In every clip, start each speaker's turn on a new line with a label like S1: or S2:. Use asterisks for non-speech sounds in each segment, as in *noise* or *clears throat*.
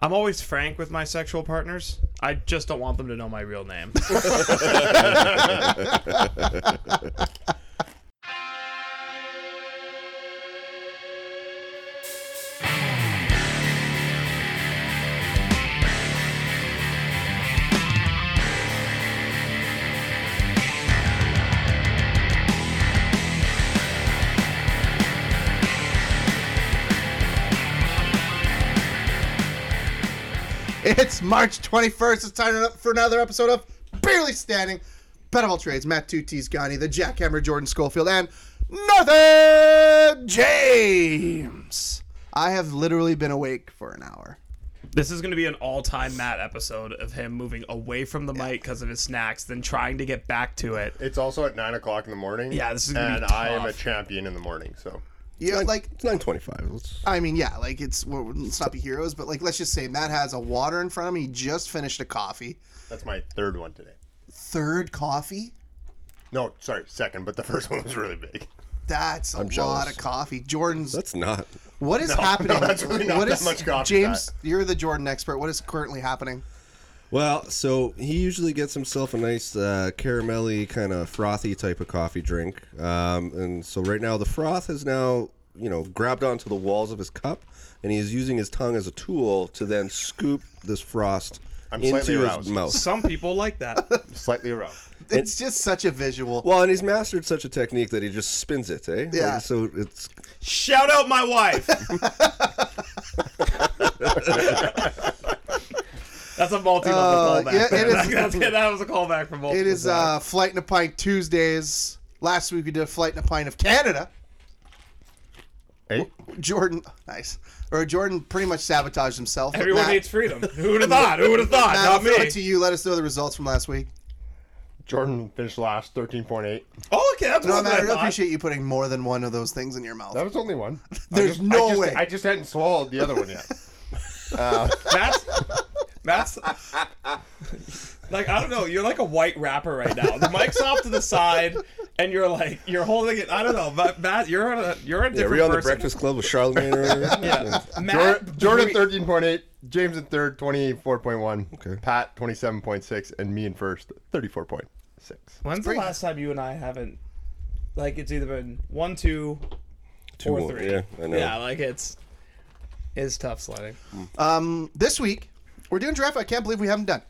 S1: I'm always frank with my sexual partners. I just don't want them to know my real name. *laughs*
S2: It's March 21st. It's time for another episode of Barely Standing. Bet of all trades, Matt Two T's Ghani, the Jackhammer Jordan Schofield, and Nothing James. I have literally been awake for an hour.
S1: this is going to be an all-time Matt episode of him moving away from the mic because of his snacks, then trying to get back to it.
S3: It's also at nine o'clock in the morning.
S1: Yeah, this is gonna be
S3: and I am a
S1: tough.
S3: champion in the morning. So
S2: Yeah, like
S4: It's nine twenty-five. Let's.
S2: I mean, yeah, like it's well, let's not be heroes, but like let's just say Matt has a water in front of him. He just finished a coffee,
S3: that's my third one today.
S2: third coffee.
S3: No, sorry, second, but the *laughs* first one was really big.
S2: That's a lot
S4: jealous.
S2: of coffee. Jordan's
S4: That's not.
S2: what is happening?
S3: *laughs* no, that's really not
S2: What
S3: that
S2: is-
S3: much coffee,
S2: James, you're the Jordan expert. What is currently happening?
S4: Well, so he usually gets himself a nice uh, caramelly kind of frothy type of coffee drink, um, and so right now the froth has now you know grabbed onto the walls of his cup, and he is using his tongue as a tool to then scoop this frost
S3: I'm slightly
S4: into his
S3: aroused.
S4: mouth.
S1: Some people like that.
S2: *laughs*
S3: Slightly aroused.
S2: It's just such a visual.
S4: Well, and he's mastered such a technique that he just spins it, eh? Like,
S2: Yeah.
S4: so it's
S1: Shout out my
S2: *laughs*
S1: wife. That's a multi-level
S2: Uh,
S1: callback.
S2: yeah, it is-
S1: That's- *laughs* that was a callback from multiple.
S2: It is
S1: sides.
S2: uh, Flight and a Pint Tuesdays. Last week we did a Flight and a Pint of Canada.
S3: Hey,
S2: Jordan, *laughs* nice. Or Jordan pretty much sabotaged himself. but
S1: Everyone
S2: Matt-
S1: hates freedom. Who would have thought? Who would have thought?
S2: *laughs* Matt, I'll
S1: Not
S2: throw it to
S1: me.
S2: you. Let us know the results from last week.
S3: Jordan finished last, thirteen point eight.
S1: Oh, okay. That's
S2: No,
S1: what
S2: Matt, I
S1: I
S2: really
S1: thought.
S2: appreciate you putting more than one of those things in your mouth.
S3: That was only one. I
S2: There's
S3: just-
S2: no
S3: I just,
S2: way.
S3: I just hadn't swallowed the other one
S1: *laughs*
S3: yet.
S1: Matt's, Matt's like I don't know. You're like a white rapper right now. The mic's off to the side, and you're like you're holding it. I don't know, but Matt, you're on a you're a
S4: yeah,
S1: different
S4: we're on the
S1: person.
S4: Breakfast Club with
S1: *laughs*
S4: Charlemagne. earlier.
S1: Yeah, Matt,
S3: Jordan, Jordan thirteen point eight, James in third, twenty four point one.
S4: Okay.
S3: Pat twenty seven point six, and me in first, thirty four point six.
S1: When's the last time you and I haven't like it's either been one, two,
S4: Two
S1: or
S4: more,
S1: three?
S4: Yeah, I know.
S1: Yeah, like it's it's tough sledding.
S2: Um, this week we're doing draft. I can't believe we haven't done.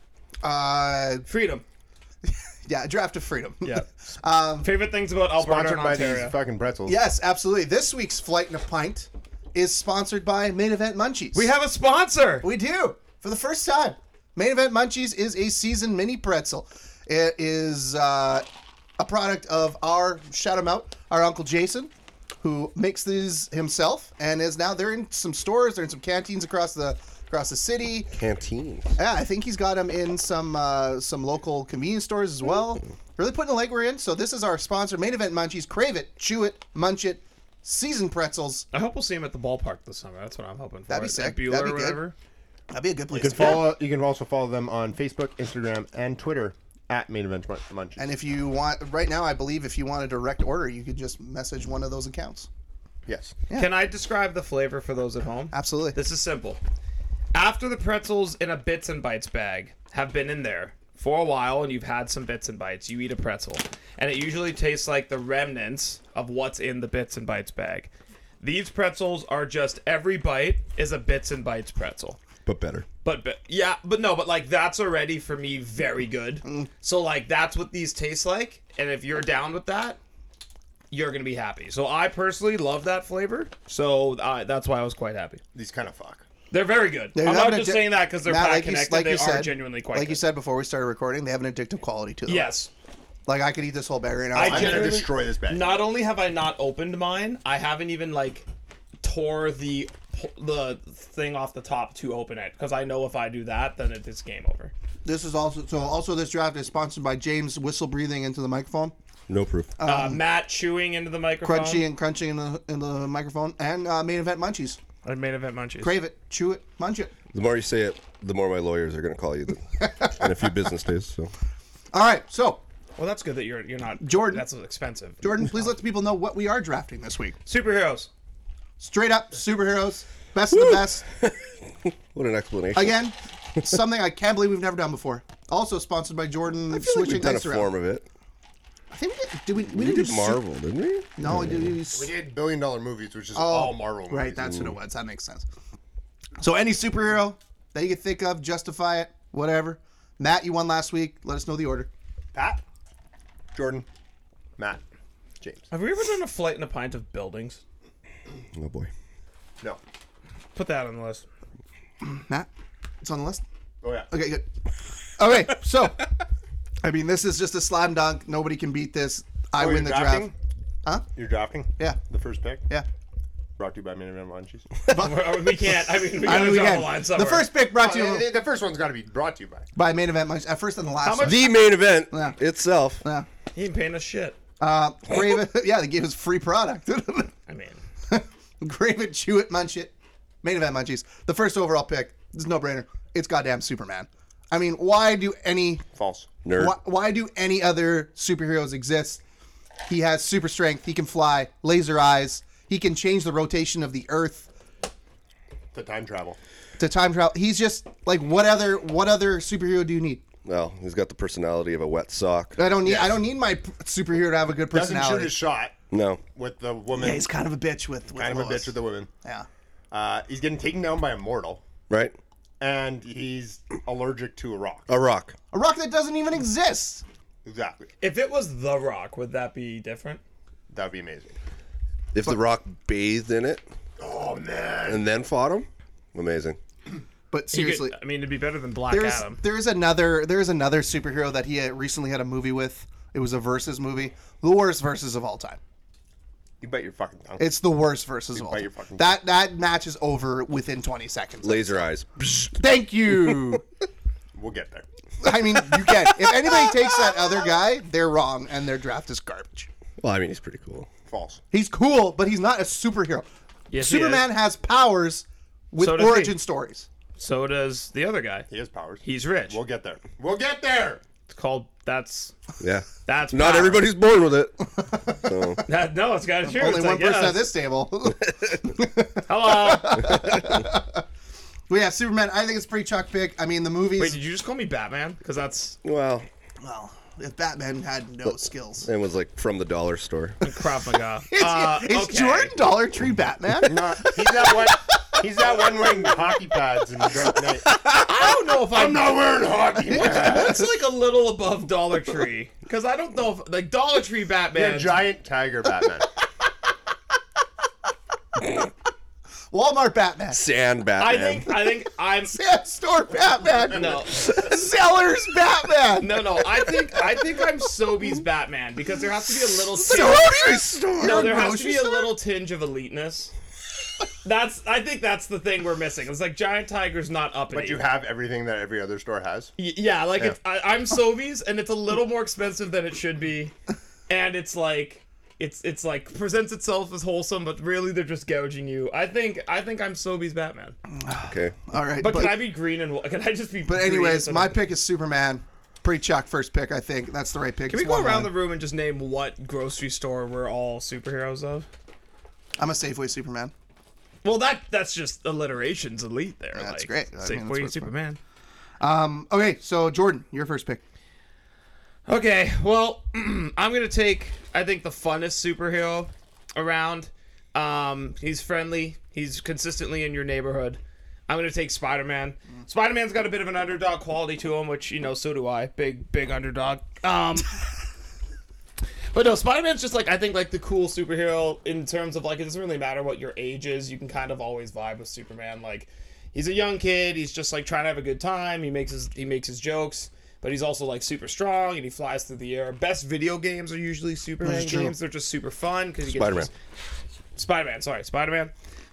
S2: Uh,
S1: Freedom.
S2: yeah, draft of freedom.
S1: *laughs* Yeah. Favorite things about Alberta
S3: Sponsored
S1: and
S3: by
S1: Ontario.
S3: these fucking pretzels.
S2: *laughs* yes, absolutely. This week's Flight and a Pint is sponsored by Main Event Munchies.
S1: we have a sponsor.
S2: We do for the first time. Main Event Munchies is a seasoned mini pretzel. It is uh, a product of our shout him out, our uncle Jason, who makes these himself, and is now they're in some stores, they're in some canteens across the across the city.
S4: Canteens.
S2: Yeah, I think he's got them in some uh, some local convenience stores as well. Really putting the legwork in. So this is our sponsor, Main Event Munchies. Crave it, chew it, munch it. Seasoned pretzels.
S1: I hope we'll see him at the ballpark this summer. That's what I'm hoping for.
S2: That'd be
S1: At
S2: sick.
S1: Bueller
S2: That'd be
S1: or
S2: good.
S1: whatever.
S2: That'd be a good place
S3: You
S2: to
S3: can
S2: go.
S3: follow. You can also follow them on Facebook, Instagram, and Twitter at Main Event Munch- Munchies.
S2: And if you want, right now, I believe if you want a direct order, you could just message one of those accounts.
S3: yes.
S1: Can I describe the flavor for those at home?
S2: Absolutely.
S1: This is simple. After the pretzels in a bits and bites bag have been in there for a while and you've had some bits and bites, you eat a pretzel. And it usually tastes like the remnants of what's in the bits and bites bag. These pretzels are just every bite is a bits and bites pretzel.
S4: But better.
S1: But, but yeah, but no, but like that's already for me very good.
S2: Mm.
S1: So like that's what these taste like, and if you're down with that, you're gonna be happy. So I personally love that flavor, so uh, that's why I was quite happy.
S3: These kind of fuck.
S1: They're very good.
S2: They're
S1: I'm
S2: not
S1: not
S2: an
S1: just
S2: addic-
S1: saying that because they're
S2: Matt,
S1: Pat
S2: like you-
S1: connected.
S2: like
S1: they
S2: you
S1: are
S2: said-
S1: genuinely quite
S2: Like
S1: good.
S2: you said oh, before we started recording, they have an addictive quality to them.
S1: yes.
S2: Like I could eat this whole bag right now.
S1: I
S3: I'm
S1: gen-
S3: gonna
S1: Generally-
S3: destroy this bag.
S1: Not only have I not opened mine, I haven't even like tore the the thing off the top to open it because I know if I do that, then it's game over.
S2: this is also so. Also, this draft is sponsored by James whistle breathing into the microphone,
S4: No proof.
S1: uh, Matt chewing into the microphone.
S2: Um, crunchy and crunching in the in the microphone, and uh, main event munchies.
S1: I made event munchies.
S2: Crave it, chew it, munch it.
S4: The more you say it, the more my lawyers are going to call you the- in a few business days. So,
S2: All right, so
S1: Well, that's good that you're you're not
S2: Jordan.
S1: That's expensive.
S2: Jordan, please let the people know what we are drafting this week.
S1: Superheroes.
S2: Straight up superheroes. Best of the best.
S4: What an explanation!
S2: Again, something I can't believe we've never done before. Also sponsored by Jordan
S4: I feel like
S2: switching
S4: we've done a
S2: dice around.
S4: form of it.
S2: I think we did. did we, we,
S4: We
S2: didn't
S4: did
S2: do Mar-
S4: Marvel, didn't we?
S2: No, we did. We,
S5: We did billion dollar movies, which is all Marvel movies.
S2: Oh, Right, that's what it was. That makes sense. So any superhero that you can think of, justify it, whatever. Matt, you won last week. Let us know the order.
S5: Pat?
S3: Jordan, Matt, James.
S1: Have we ever done a flight and a pint of buildings?
S4: Oh boy.
S5: No.
S1: Put that on the list. *laughs*
S2: Matt, it's on the list.
S5: Oh, yeah.
S2: Okay, good. Okay, so I mean, this is just a slam dunk. Nobody can beat this. I
S3: Oh,
S2: win the
S3: you're drafting?
S2: draft. Huh?
S3: You're drafting?
S2: Yeah,
S3: The first pick?
S2: yeah.
S3: Brought to you by Main Event
S2: *laughs*
S3: Munchies.
S1: We're- we can't. I mean, we
S2: I
S1: gotta
S2: mean, we
S1: draw
S2: can.
S1: the line
S2: The
S1: somewhere.
S2: first pick brought to
S5: The,
S2: you
S5: the first one's got to be brought to you by.
S2: by main event. Munch- At first and the last.
S1: much-
S2: one.
S4: The main event
S2: Yeah.
S4: itself.
S2: Yeah.
S1: He ain't paying us shit.
S2: Uh, Graven, *laughs* yeah, they gave us free product. *laughs*
S1: I mean,
S2: Grave it, chew it, munch it. Main event munchies. The first overall pick. It's no brainer. It's goddamn Superman. I mean, why do any
S3: False.
S4: Nerd.
S2: why, why do any other superheroes exist? He has super strength. He can fly. Laser eyes. He can change the rotation of the Earth
S3: The time travel.
S2: to time travel. He's just like what other what other superhero do you need?
S4: Well, he's got the personality of a wet sock.
S2: I don't need I don't need my p- superhero to have a good
S5: Doesn't shoot
S2: personality.
S5: his shot
S4: No.
S3: With the woman.
S2: Yeah, he's kind of a bitch with, with
S3: kind of a
S2: Lois.
S3: bitch with the women.
S2: yeah.
S3: Uh, he's getting taken down by a mortal,
S4: Right?
S3: and he's allergic to a rock.
S4: A rock.
S2: A rock that doesn't even exist.
S3: Exactly.
S1: if it was The Rock, would that be different?
S3: That'd be amazing.
S4: If the rock bathed in it
S3: Oh man.
S4: and then fought him, amazing.
S1: You
S2: But
S1: could- uh,
S2: seriously,
S1: I mean, it'd be better than Black
S2: there's
S1: Adam.
S2: there's another there's another superhero that he had recently had a movie with. It was a versus movie, the worst versus of all time.
S3: You bite your fucking tongue.
S2: It's the worst versus of all
S3: bite
S2: time.
S3: your fucking-
S2: That that match is over within 20 seconds.
S4: Laser eyes. Psh.
S2: Thank you. *laughs*
S3: we'll get there.
S2: I mean, you can. If anybody takes that other guy, they're wrong, and their draft is garbage.
S4: Well, I mean, he's pretty cool.
S3: False.
S2: He's cool, but he's not a superhero.
S1: Yes, he
S2: Superman has powers with
S1: So does he.
S2: origin stories.
S1: So does the other guy.
S3: He has powers.
S1: He's rich.
S3: We'll get there. We'll get there.
S1: It's called. That's
S4: Yeah.
S1: that's
S4: Not
S1: power.
S4: everybody's born with it. So,
S1: That, no, it's got insurance.
S2: Only
S1: I
S2: one person
S1: guess.
S2: at this table. *laughs*
S1: Hello.
S2: but yeah, Superman. I think it's pretty chalk pick. I mean, the movies.
S1: Wait, did you just call me Batman? Because that's
S4: well,
S2: well, if Batman had no skills,
S4: it was like from the dollar store.
S1: Krav
S2: *laughs*
S1: Maga.
S2: It's,
S1: Uh,
S2: it's
S1: okay.
S2: Jordan Dollar Tree Batman.
S3: No, he's that one. He's that one wearing hockey pads in the dark night.
S1: I don't
S2: *laughs*
S1: know if I'm.
S3: I'm not wearing
S5: *laughs*
S3: hockey pads.
S1: What's like a little above Dollar Tree? Because I don't know if like Dollar Tree
S3: A
S1: Batman.
S3: giant tiger Batman.
S2: *laughs* Walmart Batman.
S4: Sand Batman.
S1: I think I think I'm
S2: Yeah, store Batman. *laughs*
S1: no.
S2: Sellers Batman.
S1: No, no. I think I think I'm Sobey's Batman because there has to be a little tinge,
S2: Grocery store.
S1: no, there has to be a little tinge of eliteness. That's I think that's the thing we're missing. It's like Giant Tiger's not up.
S3: But you have everything that every other store has.
S1: yeah, like It's, I, I'm Sobey's, and it's a little more expensive than it should be, and it's like. It's it's like presents itself as wholesome, but really they're just gouging you. I think I think I'm Sobey's Batman.
S4: Okay.
S2: All right,
S1: But, can I be green and wh- can I just be?
S2: But anyways, my pick is Superman. Pretty chalk first pick, I think. That's the right pick.
S1: Can we go around the room and just name what grocery store we're all superheroes of?
S2: I'm a Safeway Superman.
S1: Well, that that's just alliteration's elite there.
S2: That's
S1: like,
S2: great. I mean,
S1: Safe
S2: that's
S1: for you,
S2: what's fun.
S1: Superman.
S2: Um, okay, so Jordan, your first pick.
S1: Okay, well, *clears throat* I'm gonna take I think the funnest superhero around. Um, he's friendly. He's consistently in your neighborhood. I'm gonna take Spider-Man.
S2: Mm.
S1: Spider-Man's got a bit of an underdog quality to him, which you know, so do I. Big, big underdog. Um, but no, Spider-Man's just like I think like the cool superhero in terms of like it doesn't really matter what your age is. You can kind of always vibe with Superman. Like he's a young kid. He's just like trying to have a good time. He makes his he makes his jokes. But he's also like super strong and he flies through the air. Best video games are usually Superman
S2: true.
S1: games. They're just super fun because you get
S4: Spider-Man.
S1: Spider Man, sorry, Spider Man.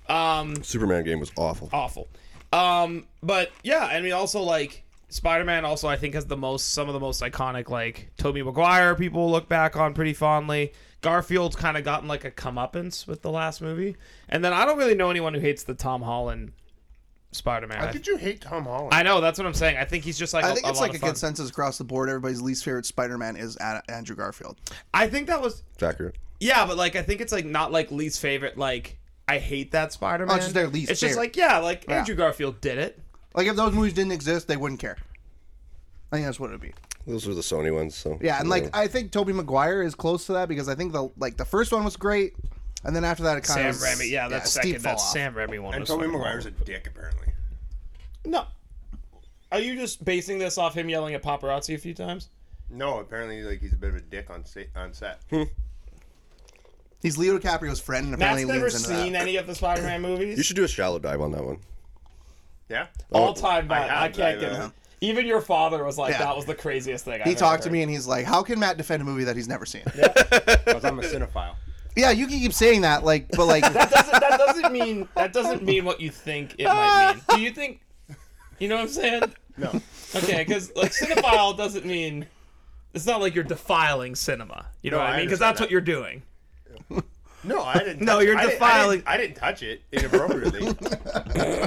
S1: Um,
S4: Superman game was awful.
S1: awful. Um, but yeah, I mean, also like Spider Man, also I think has the most, some of the most iconic like Tobey Maguire people look back on pretty fondly. Garfield's kind of gotten like a comeuppance with the last movie, and then I don't really know anyone who hates the Tom Holland Spider Man.
S3: How
S1: I,
S3: did you hate Tom Holland?
S1: I know that's what I'm saying. I think he's just like
S2: I
S1: a-
S2: think
S1: a
S2: it's
S1: lot
S2: like a
S1: of fun.
S2: consensus across the board. Everybody's least favorite Spider-Man is Ad- Andrew Garfield.
S1: I think that was
S4: It's accurate.
S1: yeah, but like I think it's like not like least favorite like I hate that Spider Man.
S2: Oh, it's just their least
S1: It's just
S2: favorite.
S1: like yeah, like
S2: Yeah.
S1: Andrew Garfield did it.
S2: Like if those movies didn't exist, they wouldn't care. I think that's what it'd be.
S4: Those are the Sony ones. So
S2: Yeah, and like
S4: Yeah.
S2: I think Toby Maguire is close to that because I think the like the first one was great, and then after that it kind
S1: Sam
S2: of
S1: Raimi, yeah, that's second. That Sam Raimi one.
S5: And
S1: was oh.
S5: Tobey
S1: fucking
S5: Maguire's a dick, apparently.
S1: No. Are you just basing this off him yelling at paparazzi a few times?
S5: No, apparently, like he's a bit of a dick on sa- on set.
S3: Hmm.
S2: He's Leo DiCaprio's friend. And
S1: Matt's
S2: apparently
S1: never
S2: leans into
S1: seen
S2: that.
S1: any of the Spider-Man movies.
S4: you should do a shallow dive on that one. Oh,
S5: yeah.
S1: All time, Matt.
S5: have,
S1: I, can't
S5: I
S1: get
S5: know.
S1: *laughs* Even your father was like,
S2: Yeah.
S1: "That was the craziest thing." I've
S2: He
S1: ever
S2: talked to
S1: heard."
S2: me and he's like, "How can Matt defend a movie that he's never seen?" *laughs* Yeah,
S5: 'Cause I'm a cinephile.
S2: you can keep saying that, like,
S1: *laughs*
S2: but like,
S1: Doesn't- that doesn't mean that doesn't mean what you think it might mean. Do you think? You know what I'm saying?
S5: No.
S1: Okay, because like cinephile doesn't mean. It's not like you're defiling cinema. You know
S5: No,
S1: what I
S5: I
S1: mean? Because
S5: understand
S1: that's
S5: that.
S1: what you're doing. *laughs*
S5: No, I didn't.
S1: No,
S5: touch-
S1: you're
S5: I didn't-
S1: defiling-
S5: I didn't, I didn't touch it
S1: *laughs*
S5: inappropriately.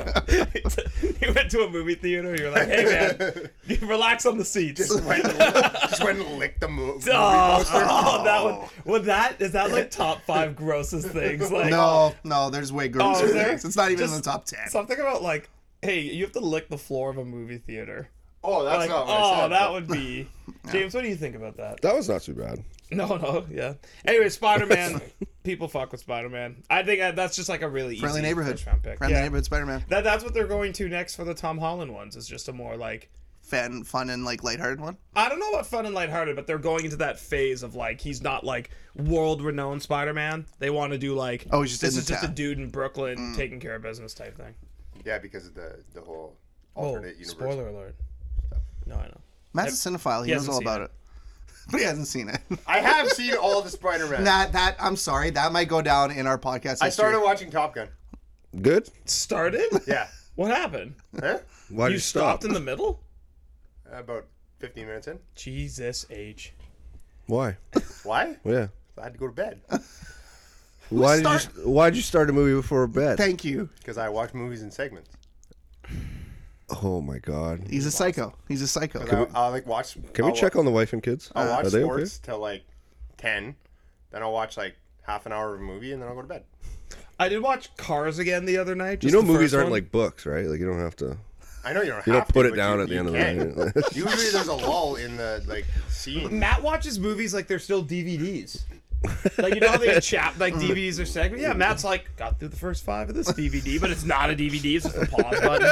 S1: you went to a movie theater. You're like, "Hey man, you relax on the seats."
S5: went, just went and licked the mo- movie.
S1: *laughs* Oh,
S5: poster.
S1: oh, that one. Well, that is that like top five grossest things. Like
S2: no, no, there's way
S1: Oh,
S2: grosser
S1: is there?
S2: things. It's not even in
S1: Just-
S2: the top ten.
S1: something about like, hey, you have to lick the floor of a movie theater.
S5: Oh, that's
S1: Like,
S5: not what I
S1: oh,
S5: said.
S1: that
S5: but-
S1: would be. James, what do you think about that?
S4: That was not too bad.
S1: No, no, yeah. Anyway, Spider Man. people fuck with Spider Man. I think that- that's just like a really
S2: Friendly
S1: easy
S2: neighborhood,
S1: first round pick.
S2: friendly
S1: yeah.
S2: neighborhood Spider-Man,
S1: That, that's what they're going to next for the Tom Holland ones. It's just a more like
S2: fun, fun and like lighthearted one.
S1: I don't know about fun and lighthearted, but they're going into that phase of like he's not like world renowned Spider Man. They want to do like
S2: Oh, he's just
S1: this
S2: in
S1: is
S2: the
S1: just a
S2: town.
S1: dude in Brooklyn taking care of business type thing.
S5: Yeah, because of the the whole
S1: Oh,
S5: alternate universe.
S1: spoiler alert! No, I know.
S2: Matt's a cinephile. He,
S1: he
S2: knows
S1: hasn't
S2: all
S1: seen
S2: about
S1: it.
S2: it. *laughs* but he
S1: *laughs*
S2: hasn't seen it.
S5: I have seen all the Spider-Man.
S2: that that I'm sorry, that might go down in our podcast.
S5: I
S2: history.
S5: started watching Top Gun.
S4: Good.
S1: Started?
S5: *laughs* Yeah.
S1: What happened?
S5: Huh?
S4: Why
S1: you stopped in the middle?
S5: About 15 minutes in.
S1: Jesus H.
S4: Why?
S5: Why?
S4: Yeah.
S5: I had to go to bed
S4: Why did you?
S2: start-
S4: Why did you start a movie before bed?
S2: Thank you.
S5: because I watch movies in segments.
S4: oh my god.
S2: He's a psycho. He's a psycho.
S5: 'Cause I, I'll like watch.
S4: Can we check on the wife and kids?
S5: I'll watch
S4: Are they okay?
S5: sports till like 10, then I'll watch like half an hour of a movie, and then I'll go to bed.
S1: I did watch Cars again the other night.
S4: You
S1: just
S4: know,
S1: the
S4: movies
S1: first
S4: aren't
S1: one.
S4: like books, right? Like you don't have to.
S5: I know you don't.
S4: You
S5: have
S4: don't put
S5: to,
S4: it
S5: but
S4: down
S5: you-
S4: at the
S5: you
S4: end
S5: can.
S1: *laughs*
S4: of the
S5: *laughs*
S4: night.
S5: Usually there's a lull in the like scene.
S1: Matt watches movies like they're still DVDs. like you know how they have chap like DVDs are segment. Yeah, Matt's like got through the first five of this DVD, but it's not a DVD. It's just a pause button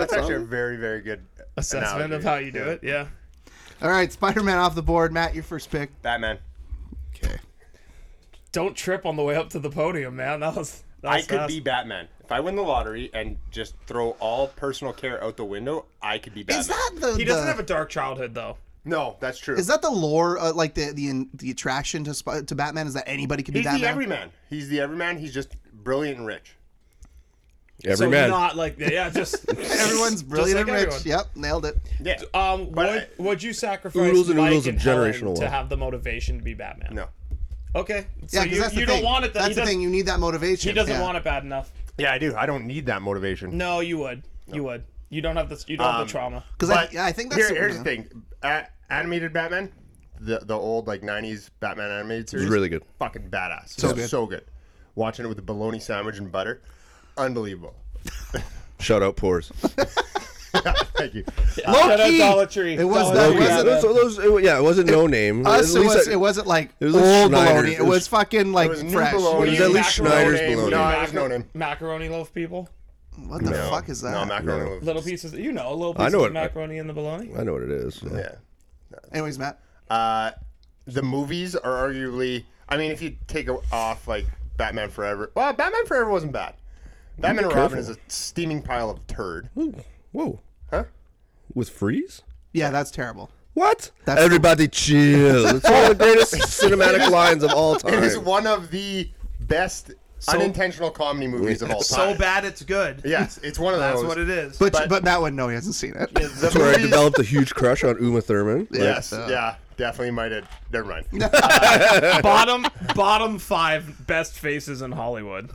S5: That's actually a very very good
S1: assessment
S5: analogy.
S1: of how you do it. Yeah.
S2: All right, Spider-Man off the board. Matt, your first pick.
S5: Batman.
S2: Okay.
S1: Don't trip on the way up to the podium, man. *laughs* That was. That
S5: I
S1: was
S5: could
S1: fast.
S5: be Batman if I win the lottery and just throw all personal care out the window. I could be Batman.
S2: Is that the?
S1: He doesn't
S2: the-
S1: have a dark childhood though.
S5: no, that's true.
S2: Is that the lore, uh, like the the the attraction to Sp- to Batman? Is that anybody can be
S5: He's
S2: Batman?
S5: the everyman. He's the everyman. He's just brilliant and rich.
S4: Every
S1: so
S4: man.
S1: not like yeah,
S2: *laughs*
S1: just
S2: Everyone's
S1: just
S2: brilliant
S1: like
S2: and rich.
S1: everyone.
S2: Yep, nailed it.
S5: Yeah.
S1: Um, would,
S5: But I-
S1: would you sacrifice
S4: Oodles and
S1: Mike
S4: oodles of
S1: Helen
S4: generational
S1: to
S4: wealth.
S1: have the motivation to be Batman?
S5: No.
S1: Okay. So
S2: Yeah, because
S1: you,
S2: that's the
S1: you
S2: thing.
S1: don't want it. That
S2: That's
S1: he
S2: the
S1: doesn't,
S2: thing. You need that motivation.
S1: He doesn't
S2: yeah.
S1: want it bad enough.
S5: Yeah, I do. I don't need that motivation.
S1: No, you would. You would. You don't have this. You don't have
S5: Um,
S1: the trauma.
S2: Because I, yeah, I think that's
S5: here- here's the
S2: yeah.
S5: thing. A- animated Batman, the the old like '90s Batman animated series,
S4: really good.
S5: Fucking badass. So
S2: good.
S5: So good. Watching it with a bologna sandwich and butter, unbelievable. *laughs*
S4: Shout out
S2: *laughs*
S4: pores.
S5: Thank you.
S2: Low
S1: Shout out
S2: key.
S1: Dollar Tree.
S2: It was
S1: Dollar
S2: that.
S1: Tree.
S2: was
S4: yeah,
S2: it- *laughs*
S4: those, those, it, yeah, it wasn't no name.
S2: Us,
S4: At
S2: it,
S4: least
S2: was,
S4: I-
S2: it wasn't like
S4: was like
S2: old
S4: Schneider's.
S2: baloney. It
S4: It was-
S2: was fucking like
S5: It was new
S2: fresh.
S5: bologni.
S4: It was at
S1: you
S4: least
S1: macaroni-
S4: Schneider's
S1: were you
S4: bologna.
S5: No,
S1: mac-
S5: it's no name.
S1: Macaroni loaf people.
S2: What the fuck is that?
S5: No, macaroni.
S4: No.
S5: with-
S1: Little pieces. You know, little
S4: I
S1: pieces
S4: know
S1: of
S4: it.
S1: macaroni and the bologna.
S4: I know what it is. Yeah.
S5: Yeah.
S2: Anyways, Matt.
S5: Uh, the movies are arguably. I mean, if you take a- off like Batman Forever, well, Batman Forever wasn't bad. Batman and Robin is
S4: careful.
S5: a steaming pile of turd.
S4: Whoa.
S5: Huh?
S4: With freeze?
S2: Yeah, that's terrible.
S4: What?
S2: That's-
S4: Everybody chill. *laughs* It's one of the greatest cinematic lines of all time.
S5: It is one of the best unintentional comedy movies of all time.
S1: *laughs* So bad it's good.
S5: Yes, it's one of
S1: That's
S5: those.
S1: what it is.
S2: But but,
S5: But-
S2: Matt would know he hasn't seen it.
S5: The
S4: That's where I
S5: movies-
S4: developed a huge crush on Uma Thurman. Like,
S5: Yes,
S2: uh,
S5: yeah, definitely might have. Never mind.
S4: *laughs*
S1: bottom bottom five best faces in Hollywood.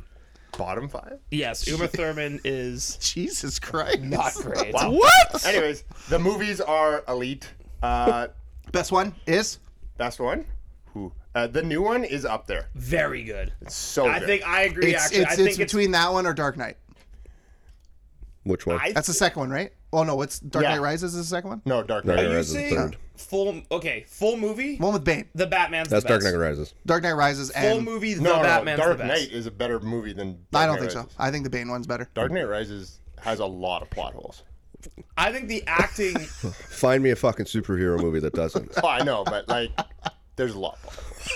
S5: Bottom five.
S1: Yes, Uma Thurman is
S2: *laughs* Jesus Christ.
S1: not great.
S4: What?
S5: Anyways, the movies are elite. Uh,
S2: Best one is
S5: best one. Who? Uh, the new one is up there.
S1: Very good.
S5: It's so
S1: I
S5: good.
S1: think I agree.
S2: It's
S1: actually,
S2: it's,
S1: I
S2: it's
S1: think
S2: between that one or Dark Knight.
S4: Which one?
S1: I-
S2: That's the second one, right? Oh no, it's Dark
S5: Yeah.
S2: Knight Rises is the second one.
S5: no Dark
S4: Dark
S5: Knight.
S1: Are you
S4: Rises is the
S1: saying
S4: third.
S1: full? Okay, full movie.
S2: One with Bane.
S1: the Batman's
S4: That's
S1: the
S4: Dark
S1: best.
S4: Knight Rises.
S2: Dark Knight Rises
S1: Full
S2: and
S1: movie. The
S5: No, no,
S1: Batman's
S5: Dark
S1: the best.
S5: Knight is a better movie than. Dark
S2: I don't
S5: Knight
S2: think so.
S5: Rises.
S2: I think the Bane one's better.
S5: Dark Knight Rises has a lot of plot holes.
S1: I think the acting.
S4: Find me a fucking superhero movie that doesn't.
S5: Oh, I know,
S2: *laughs*
S5: but like, there's a lot. Of plot holes.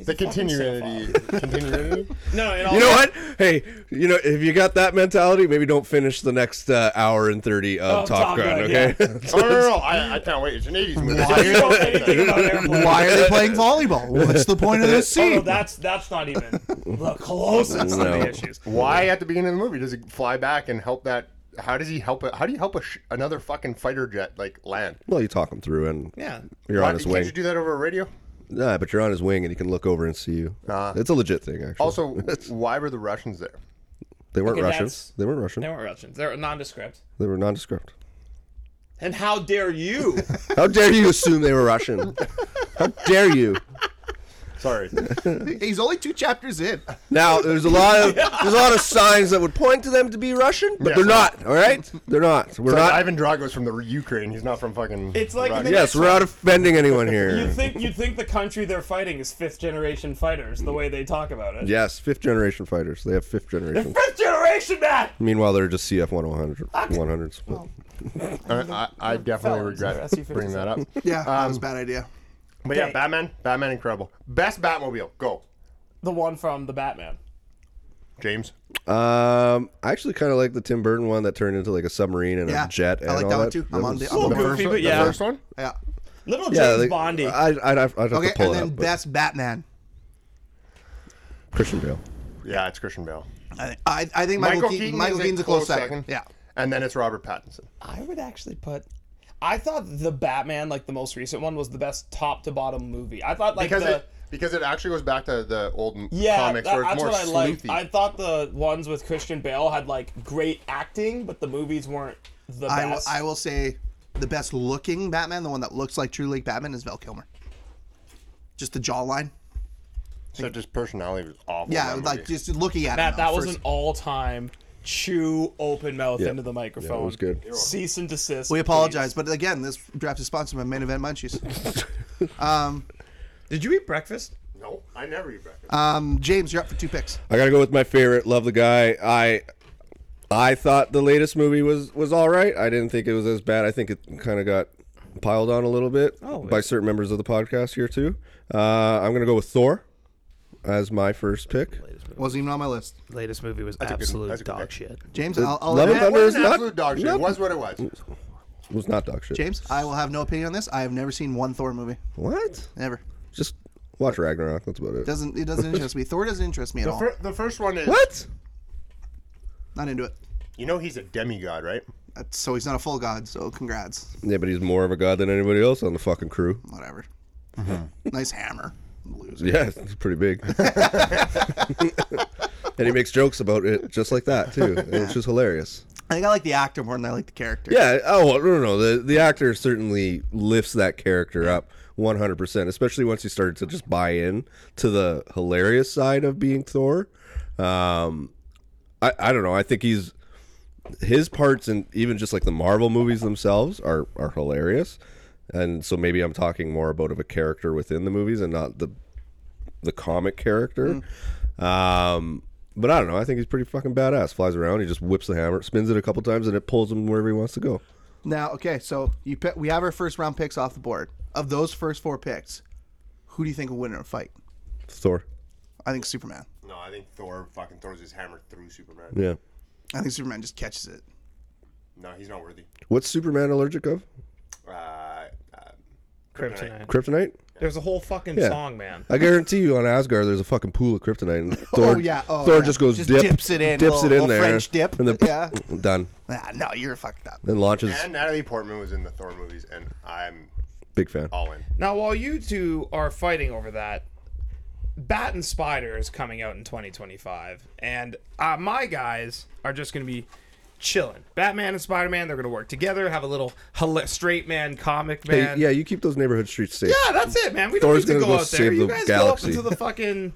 S5: The continuity,
S1: *laughs*
S5: continuity.
S1: no,
S2: *laughs*
S1: in all
S4: You know what? Hey, you know if you got that mentality, maybe don't finish the next uh, hour and thirty of
S1: Oh,
S4: Top
S1: Top
S4: Gun.
S1: Gun,
S4: Okay.
S5: Oh, no, no, no, I, I can't wait. It's an '80s movie.
S1: You
S5: *laughs*
S1: don't say anything
S2: *laughs*
S1: about airplanes.
S2: Why are they playing volleyball? What's the point
S1: *laughs*
S2: of this
S1: Oh, no,
S2: scene?
S1: that's that's not even the closest to
S4: No.
S1: the issues.
S5: Why at the beginning of the movie does he fly back and help that? How does he help it? How do you help a sh- another fucking fighter jet like land?
S4: *laughs* well, you talk him through, and
S1: Yeah.
S4: you're
S5: Why,
S4: on his
S5: can't
S4: wing.
S5: you do that over a radio?
S4: Nah, but you're on his wing, and he can look over and see you.
S5: Ah.
S4: it's a legit thing, actually. *laughs*
S5: Also, why were the Russians there?
S4: they weren't
S1: Okay,
S4: Russians.
S1: that's-
S4: They weren't Russian.
S1: They weren't Russians. They're nondescript.
S4: They were nondescript.
S1: And how dare you?
S4: How dare you assume they were Russian? How dare you?
S5: Sorry.
S2: He's only two chapters in.
S4: Now there's a lot of there's a lot of signs that would point to them to be Russian, but
S5: Yeah.
S4: they're not. All right, they're not. We're
S5: Sorry,
S4: not.
S5: Ivan Drago's from the re- Ukraine. He's not from fucking.
S1: It's like
S5: Russia.
S1: the-
S4: yes, we're not offending anyone here.
S1: You'd think you'd think the country they're fighting is fifth generation fighters, the way they talk about it.
S4: yes, fifth generation fighters. They have fifth generation.
S1: Fifth generation Matt!
S4: Meanwhile, they're just CF 100 100s.
S5: I, I, I definitely
S1: Felons,
S5: regret
S1: SU-57.
S5: bringing that up.
S2: Yeah, that was a bad idea.
S5: But yeah,
S1: Okay.
S5: Batman, Batman, incredible. Best Batmobile, go,
S1: The one from the Batman.
S5: James.
S4: Um, I actually kind of like the Tim Burton one that turned into like a submarine and
S2: Yeah,
S4: a jet.
S2: I
S4: and
S2: like
S4: all
S2: that one too. I'm on
S4: was-
S2: the- I'm on
S5: The
S2: Goofy,
S5: first, one-
S1: but yeah.
S5: the first one.
S2: Yeah.
S1: Little
S4: yeah,
S1: James
S4: like,
S1: Bondy.
S4: I, I'd, I'd have
S2: Okay,
S4: to pull
S2: and
S4: it
S2: then
S4: up. but
S2: that's Batman.
S4: Christian Bale.
S5: Yeah, it's Christian Bale.
S2: I, I, I think Michael, Keaton, Michael
S5: is
S2: Keaton's a close second. Yeah.
S5: and then it's Robert Pattinson.
S1: I would actually put I thought the Batman, like the most recent one, was the best top to bottom movie. I thought like
S5: because
S1: the
S5: it because it actually goes back to the old m-
S1: yeah,
S5: comics
S1: that-
S5: where it's
S1: that's
S5: more
S1: what I liked.
S5: sleuthy.
S1: I thought the ones with Christian Bale had like great acting, but the movies weren't the
S2: I will,
S1: best.
S2: I will say the best looking Batman, the one that looks like True Lake Batman, is Val Kilmer. Just the jawline.
S5: so just personality was awful.
S2: Yeah,
S5: in that
S2: like
S5: movie.
S2: just looking at
S1: Matt,
S2: him.
S1: that
S2: though,
S1: was
S2: first-
S1: an all time chew open mouth
S4: Yeah.
S1: into the microphone.
S4: was good.
S1: Cease and desist.
S2: We
S1: please.
S2: apologize, but again, this draft is sponsored by Main Event Munchies. um,
S1: Did you eat breakfast?
S5: no, I never eat breakfast.
S2: um, James, you're up for two picks.
S4: I gotta go with my favorite. Love the guy. I I thought the latest movie was was all right. I didn't think it was as bad. I think it kind of got piled on a little bit by certain members of the podcast here too. Uh, I'm gonna go with Thor as my first pick.
S2: Wasn't even on my list.
S6: Latest movie was
S5: good-
S6: absolute
S5: that's a good
S6: dog
S5: pick.
S6: *laughs* shit.
S2: James, I'll, I'll
S4: Love and
S2: admit-
S5: it
S4: Thunder is
S5: was an
S4: not
S5: absolute dog shit.
S4: not-
S5: It was what it was.
S4: was not dog shit.
S2: James, I will have no opinion on this. I have never seen one Thor movie.
S4: What?
S2: Never.
S4: Just watch Ragnarok. That's about it.
S2: Doesn't it doesn't interest me. Thor doesn't interest me at
S5: The,
S2: all.
S5: fir- the first one is
S4: what?
S2: Not into it.
S5: You know he's a demigod, right?
S2: That's- So he's not a full god. So congrats.
S4: Yeah, but he's more of a god than anybody else on the fucking crew.
S2: Whatever. nice hammer. Loser.
S4: Yeah, it's
S2: *laughs*
S4: pretty big. *laughs* and he makes jokes about it just like that too. And It's just hilarious.
S2: I think I like the actor more than I like the character.
S4: Yeah. Oh no, no, no. The the actor certainly lifts that character up 100, percent especially once he started to just buy in to the hilarious side of being Thor. Um, I I don't know. I think he's his parts and even just like the Marvel movies themselves are are hilarious. And so maybe I'm talking more about of a character within the movies and not the the comic character. Um, but I don't know. I think he's pretty fucking badass. Flies around. He just whips the hammer, spins it a couple times, and it pulls him wherever he wants to go.
S2: Now, okay, so you pick, we have our first round picks off the board. Of those first four picks, who do you think will win in a fight?
S4: Thor.
S2: I think Superman.
S5: No, I think Thor fucking throws his hammer through Superman.
S4: Yeah.
S2: I think Superman just catches it.
S5: No, he's not worthy.
S4: What's Superman allergic of?
S5: Uh, uh,
S1: Kryptonite.
S4: Kryptonite.
S1: There's a whole fucking
S4: Yeah.
S1: song, man.
S4: I guarantee you, on Asgard, there's a fucking pool of kryptonite. And Thor,
S2: yeah. *laughs* Oh,
S4: Thor
S2: yeah.
S4: just goes
S2: Just
S4: dip,
S2: dips it in,
S4: dips
S2: little-
S4: it in
S2: little
S4: there,
S2: French dip.
S4: and then
S2: Yeah.
S4: *laughs* done.
S2: Ah, no, you're fucked up.
S4: Then launches.
S5: and Natalie Portman was in the Thor movies, and I'm
S4: Big fan.
S5: all in.
S1: Now, while you two are fighting over that, Bat and Spider is coming out in 2025, and uh, my guys are just going to be chilling. Batman and Spider Man, they're gonna work together, have a little hila- straight man comic
S4: Hey,
S1: man.
S4: yeah, you keep those neighborhood streets safe.
S1: Yeah, that's it, man. We
S4: Thor's
S1: don't need to
S4: gonna
S1: go,
S4: go
S1: out there.
S4: save
S1: You
S4: the
S1: guys
S4: galaxy.
S1: go up into the fucking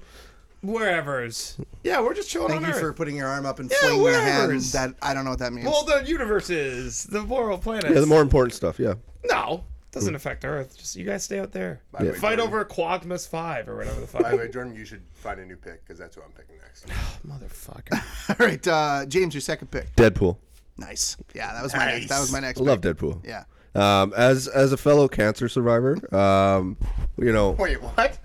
S1: wherever's. Yeah, we're just chilling
S2: Thank
S1: on
S2: you
S1: Earth.
S2: for putting your arm up and
S1: Yeah,
S2: flinging your hand.
S1: wherever's-
S2: That I don't know what that means.
S1: well, the universes, the moral planets.
S4: Yeah, the more important stuff. Yeah.
S1: no, doesn't affect Earth. Just you guys stay out there.
S5: the way,
S1: Fight
S5: Jordan-
S1: over Quagmus Five or whatever the
S5: By the
S1: fuck.
S5: way, Jordan, you should find a new pick because that's what I'm picking next. *laughs*
S1: Motherfucker.
S2: *laughs* All right, uh, James, your second pick.
S4: Deadpool.
S2: Nice. Yeah, that was my next, that was my next.
S4: I love Deadpool.
S2: Yeah.
S4: Um, as as a fellow cancer survivor, um, you know,
S5: Wait, what?
S2: pick.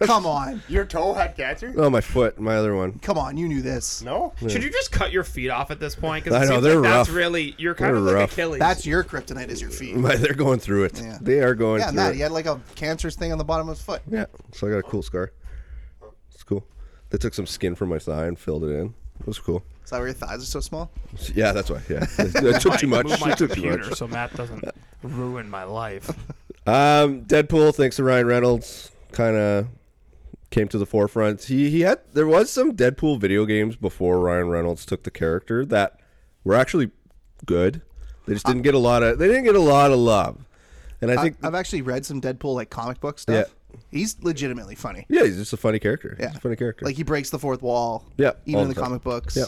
S2: Come on,
S5: Your toe had cancer?
S4: oh my foot, my other one.
S2: come on, you knew this.
S5: No.
S1: *laughs* Should you just cut your feet off at this point? Because
S4: I know, they're
S1: like That's
S4: rough.
S1: really you're kind
S4: They're
S1: of like
S4: rough.
S1: Achilles.
S2: That's your kryptonite is your
S4: *laughs*
S2: feet.
S4: My, they're going through it.
S2: Yeah.
S4: They are going
S2: Yeah,
S4: through
S2: Matt,
S4: it.
S2: he had like a cancerous thing on the bottom of his foot.
S4: Yeah. So I got a cool scar. It's cool. They took some skin from my thigh and filled it in. It was cool.
S2: Is that why your thighs are so small?
S4: Yeah, that's why.
S2: *laughs*
S4: Yeah, it took too much.
S1: Move my
S4: It took too
S1: computer
S4: much.
S1: so Matt doesn't ruin my life.
S4: Um, Deadpool, thanks to Ryan Reynolds, kind of came to the forefront. He he had there was some Deadpool video games before Ryan Reynolds took the character that were actually good. They just
S2: Uh,
S4: didn't get a lot of they didn't get a lot of love, and I
S2: I
S4: think
S2: have actually read some Deadpool like comic book stuff. He's legitimately funny.
S4: yeah, he's just a funny character.
S2: Yeah,
S4: he's a funny character.
S2: Like he breaks the fourth wall.
S4: Yeah,
S2: even
S4: all
S2: in the
S4: the time.
S2: comic books.
S4: Yeah.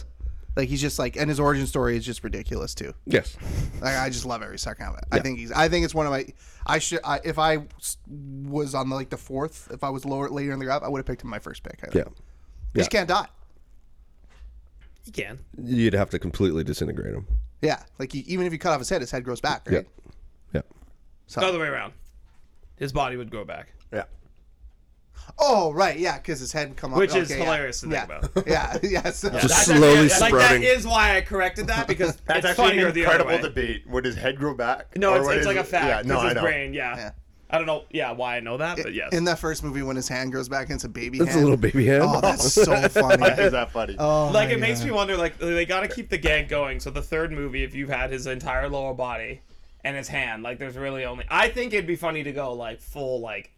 S2: Like he's just like, and his origin story is just ridiculous too.
S4: yes,
S2: Like I just love every second of it. I think he's. I think it's one of my. I should. I, if I s- was on the, like the fourth, if I was lower later in the grab, I would have picked him my first pick. I think.
S4: yeah,
S2: He just can't die.
S1: You can.
S4: you'd have to completely disintegrate him.
S2: Yeah, like he, even if you cut off his head, his head grows back.
S4: Yeah,
S2: Right?
S4: yeah,
S1: The other way around. His body would go back.
S4: yeah.
S2: Oh right, yeah, because his head come off.
S1: Which is
S2: okay, yeah.
S1: hilarious to
S2: yeah.
S1: think about.
S2: *laughs* Yeah, yeah. So,
S4: Just slowly
S1: like,
S4: sprouting.
S1: That is why I corrected that because
S5: *laughs* That's
S1: it's
S5: actually
S1: funnier
S5: an
S1: the other way.
S5: incredible debate. Would his head grow back?
S1: No,
S5: Or
S1: it's,
S5: would
S1: it's
S5: his-
S1: like a fact.
S5: Yeah, no,
S1: It's
S5: I
S1: his
S5: know.
S1: brain, yeah.
S2: Yeah.
S1: I don't know. Yeah, why I know that, but *laughs* yes.
S2: in that first movie, when his hand grows back and it's a baby,
S4: That's a little baby hand.
S2: Oh, that's
S4: *laughs*
S2: so funny.
S5: Is *laughs* that funny?
S2: Oh,
S1: like
S2: my
S1: it makes
S2: God.
S1: me wonder. Like they got to keep the gag going. So the third movie, if you've had his entire lower body and his hand, like there's really only. I think it'd be funny to go like full like.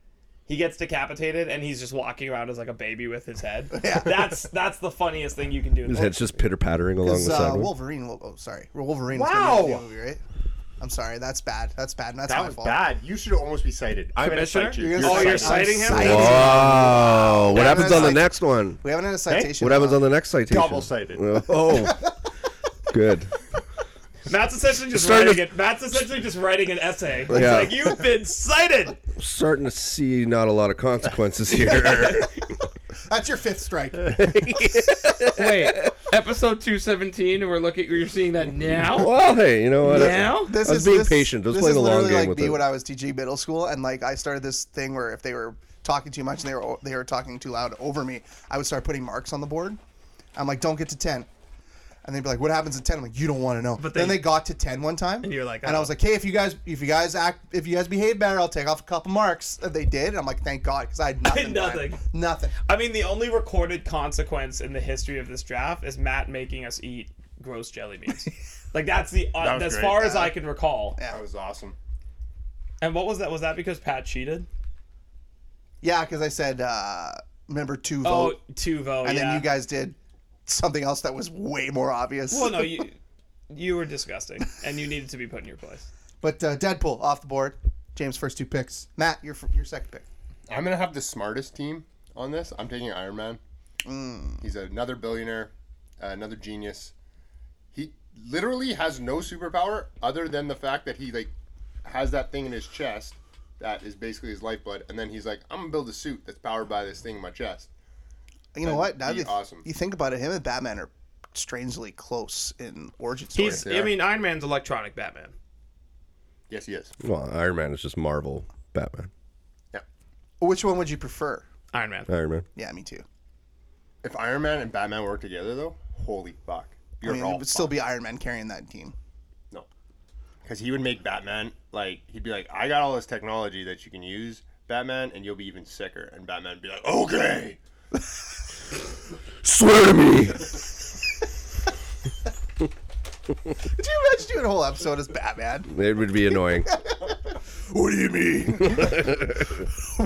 S1: He gets decapitated and he's just walking around as like a baby with his
S4: *laughs*
S1: head.
S2: Yeah.
S1: That's that's the funniest thing you can do.
S4: His head's just pitter pattering along the
S2: Because uh,
S4: sidewalk.
S2: Wolverine. Will, oh, sorry, Wolverine. Wow.
S5: Wow.
S2: The movie, right? I'm sorry. That's bad. That's bad. and That's
S5: that
S2: my
S5: was
S2: fault.
S5: bad. You should almost be cited. I'm gonna
S1: Commissioner?
S5: cite you.
S2: You're gonna
S1: Oh,
S2: cite
S1: you're
S2: me.
S1: citing him?
S2: I'm
S4: Wow! What
S2: Yeah,
S4: happens
S2: that's
S4: on the
S2: like-
S4: next one?
S2: We uh, haven't had a citation.
S4: What happens on the next citation?
S5: double cited.
S4: *laughs* Oh, good.
S1: Matt's essentially just
S4: Starting
S1: writing
S4: to-
S1: it. Matt's essentially just writing an essay. It's
S4: Yeah.
S1: like you've been cited.
S4: *laughs* Starting to see not a lot of
S2: *laughs*
S4: consequences here.
S2: That's your fifth strike.
S1: Wait, episode two seventeen, and we're looking. You're seeing that now.
S4: well, hey, you know what?
S1: Now?
S2: This
S4: I was
S2: is
S4: being
S2: this,
S4: patient. I was
S2: this is
S4: playing the long
S2: literally
S4: game
S2: like
S4: with
S2: me
S4: it.
S2: when I was teaching middle school, and like I started this thing where if they were talking too much and they were they were talking too loud over me, I would start putting marks on the board. I'm like, don't get to ten. And they'd be like, "What happens at 10? I'm like, "You don't want to know." But then
S1: they-
S2: they got to ten one time, and
S1: you're like,
S2: and I
S1: "Oh."
S2: was like, "Hey, if you guys, if you guys act, if you guys behave better, I'll take off a couple marks." And they did, and I'm like, "Thank God," because
S1: *laughs*
S2: I had nothing.
S1: Nothing.
S2: planned. Nothing.
S1: I mean, the only recorded consequence in the history of this draft is Matt making us eat gross jelly beans. like that's the uh,
S5: was
S1: as
S5: great.
S1: far as I can recall.
S5: That was awesome.
S1: And what was that? Was that because Pat cheated?
S2: Yeah, because I said, uh, "Remember two
S1: Oh,
S2: vote,"
S1: two vote.
S2: and
S1: yeah.
S2: then you guys did something else that was way more obvious.
S1: Well, no, you you were disgusting, and you needed to be put in your place.
S2: But uh, Deadpool off the board. James first two picks. Matt, your your second pick.
S5: I'm gonna have the smartest team on this. I'm taking Iron Man.
S2: Mm.
S5: He's another billionaire, uh, another genius. He literally has no superpower other than the fact that he like has that thing in his chest that is basically his lifeblood, and then he's like, I'm gonna build a suit that's powered by this thing in my chest.
S2: You know
S5: That'd
S2: what? Now
S5: be
S2: that you-
S5: awesome.
S2: You think about it, him and Batman are strangely close in origin story.
S1: He's. I mean, Iron Man's electronic Batman.
S5: Yes, he is.
S4: well, Iron Man is just Marvel Batman.
S5: Yeah.
S2: Which one would you prefer?
S1: Iron Man.
S4: Iron Man.
S2: Yeah, me too.
S5: If Iron Man and Batman work together, though, holy fuck,
S2: I
S5: you're
S2: mean,
S5: all
S2: it would still be Iron Man carrying that team. *laughs*
S5: No. Because he would make Batman, like, he'd be like, I got all this technology that you can use, Batman, and you'll be even sicker. And Batman would be like, okay.
S4: Swear to me.
S2: Could you imagine doing a whole episode as Batman?
S4: It would be annoying.
S2: *laughs* What do you mean? *laughs*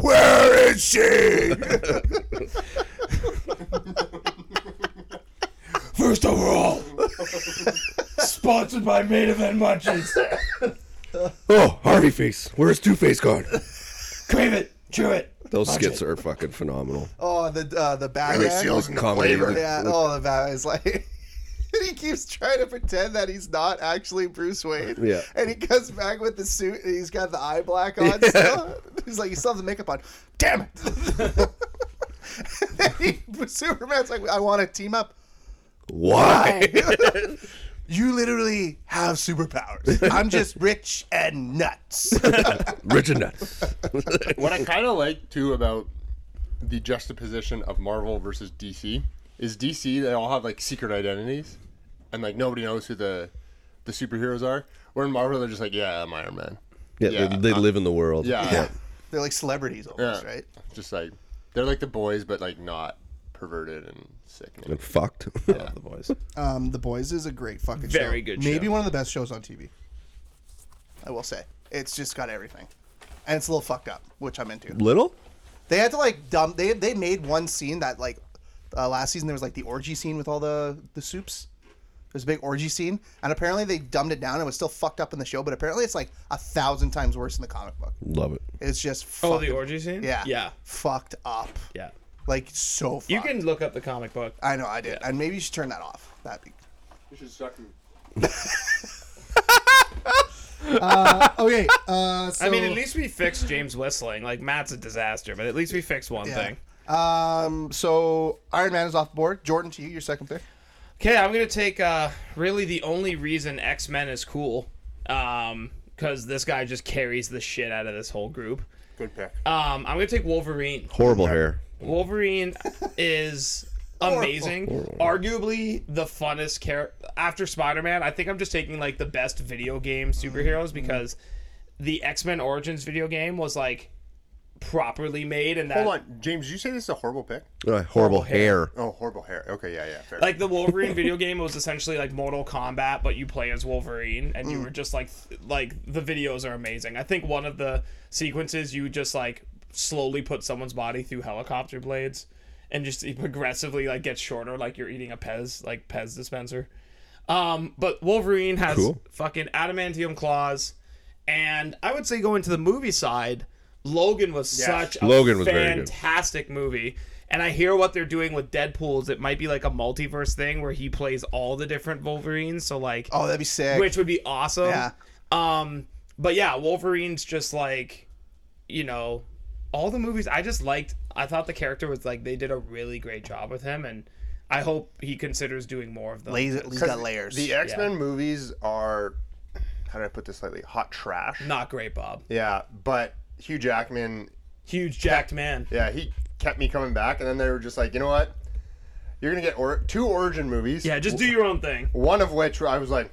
S2: Where is she? *laughs*
S4: First overall.
S1: Sponsored by Main Event Munchies.
S4: *laughs* Oh, Harvey Face. Where's Two Face gone?
S1: Crave it, chew it.
S4: Those
S1: Munch
S4: skits
S1: it.
S4: are fucking phenomenal.
S2: Oh, the uh, the bad guy.
S4: Comedy.
S2: Yeah, oh, the bad guy is like. *laughs* he keeps trying to pretend that he's not actually Bruce Wayne.
S4: Yeah.
S2: And he comes back with the suit and he's got the eye black on still. He's like, you still have the makeup on. Damn it. *laughs* And he- Superman's like, I want to team up.
S4: Why?
S2: You literally have superpowers. I'm just rich and nuts.
S4: *laughs* Rich and nuts.
S5: What I kind of like too about the juxtaposition of Marvel versus DC is DC they all have like secret identities, and like nobody knows who the the superheroes are. Where in Marvel they're just like, yeah, I'm Iron Man.
S4: Yeah,
S5: Yeah,
S4: they, they live in the world.
S5: Yeah, yeah.
S2: They're like celebrities almost, right?
S5: Just like they're like the boys, but like not perverted and sick.
S4: And fucked.
S1: The boys.
S2: Um, the Boys is a great fucking show.
S1: Very good
S2: Maybe
S1: show.
S2: one of the best shows on TV. I will say. It's just got everything. And it's a little fucked up, which I'm into.
S4: *laughs* Little?
S2: They had to like dumb they they made one scene that like uh, last season there was like the orgy scene with all the the soups. There's a big orgy scene, and apparently they dumbed it down. It was still fucked up in the show, but apparently it's like a thousand times worse in the comic book.
S4: Love it.
S2: It's just
S1: Oh,
S2: fucking-
S1: the orgy scene.
S2: yeah
S1: Yeah.
S2: fucked up
S1: Yeah.
S2: like so. Fucked.
S1: You can look up the comic book.
S2: I know I did, and maybe you should turn that off. That'd be
S5: You should suck.
S6: Okay, *laughs* uh, so
S1: I mean, at least we fixed James whistling. Like Matt's a disaster, but at least we fixed one
S2: yeah.
S1: thing.
S2: Um, so Iron Man is off the board. Jordan, to you, your second pick.
S1: Okay, I'm gonna take uh, really the only reason X Men is cool, um, because this guy just carries the shit out of this whole group.
S5: Good pick.
S1: Um, I'm gonna take Wolverine.
S4: Horrible hair.
S1: Wolverine is amazing. Arguably the funnest character after Spider-Man. I think I'm just taking like the best video game superheroes because the X-Men Origins video game was like properly made and that
S5: Hold on, James. Did you say this is a horrible pick?
S4: Uh, horrible hair.
S5: Oh, horrible hair. Okay, yeah, yeah, fair.
S1: like the Wolverine video game was essentially like Mortal Kombat, but you play as Wolverine, and you were just like, th- like the videos are amazing. I think one of the sequences you just like slowly put someone's body through helicopter blades, and just you progressively like get shorter, like you're eating a Pez like Pez dispenser. Um, but Wolverine has
S4: Cool.
S1: fucking adamantium claws, and I would say going to the movie side, Logan was such a
S4: Logan was very good.
S1: fantastic movie. And I hear what they're doing with Deadpool's. It might be like a multiverse thing where he plays all the different Wolverines. So like,
S2: Oh, that'd be sick.
S1: which would be awesome.
S2: Yeah.
S1: Um, but yeah, Wolverine's just like, you know, all the movies I just liked. I thought the character was like they did a really great job with him, and I hope he considers doing more of them.
S2: Lays, he's got layers.
S5: The X Men movies are, how do I put this lightly? Hot trash.
S1: Not great, Bob.
S5: Yeah, but Hugh Jackman,
S1: Huge jacked man.
S5: yeah, he kept me coming back, and then they were just like, you know what? You're gonna get or- two origin movies.
S1: Yeah, just do your own thing.
S5: one of which I was like,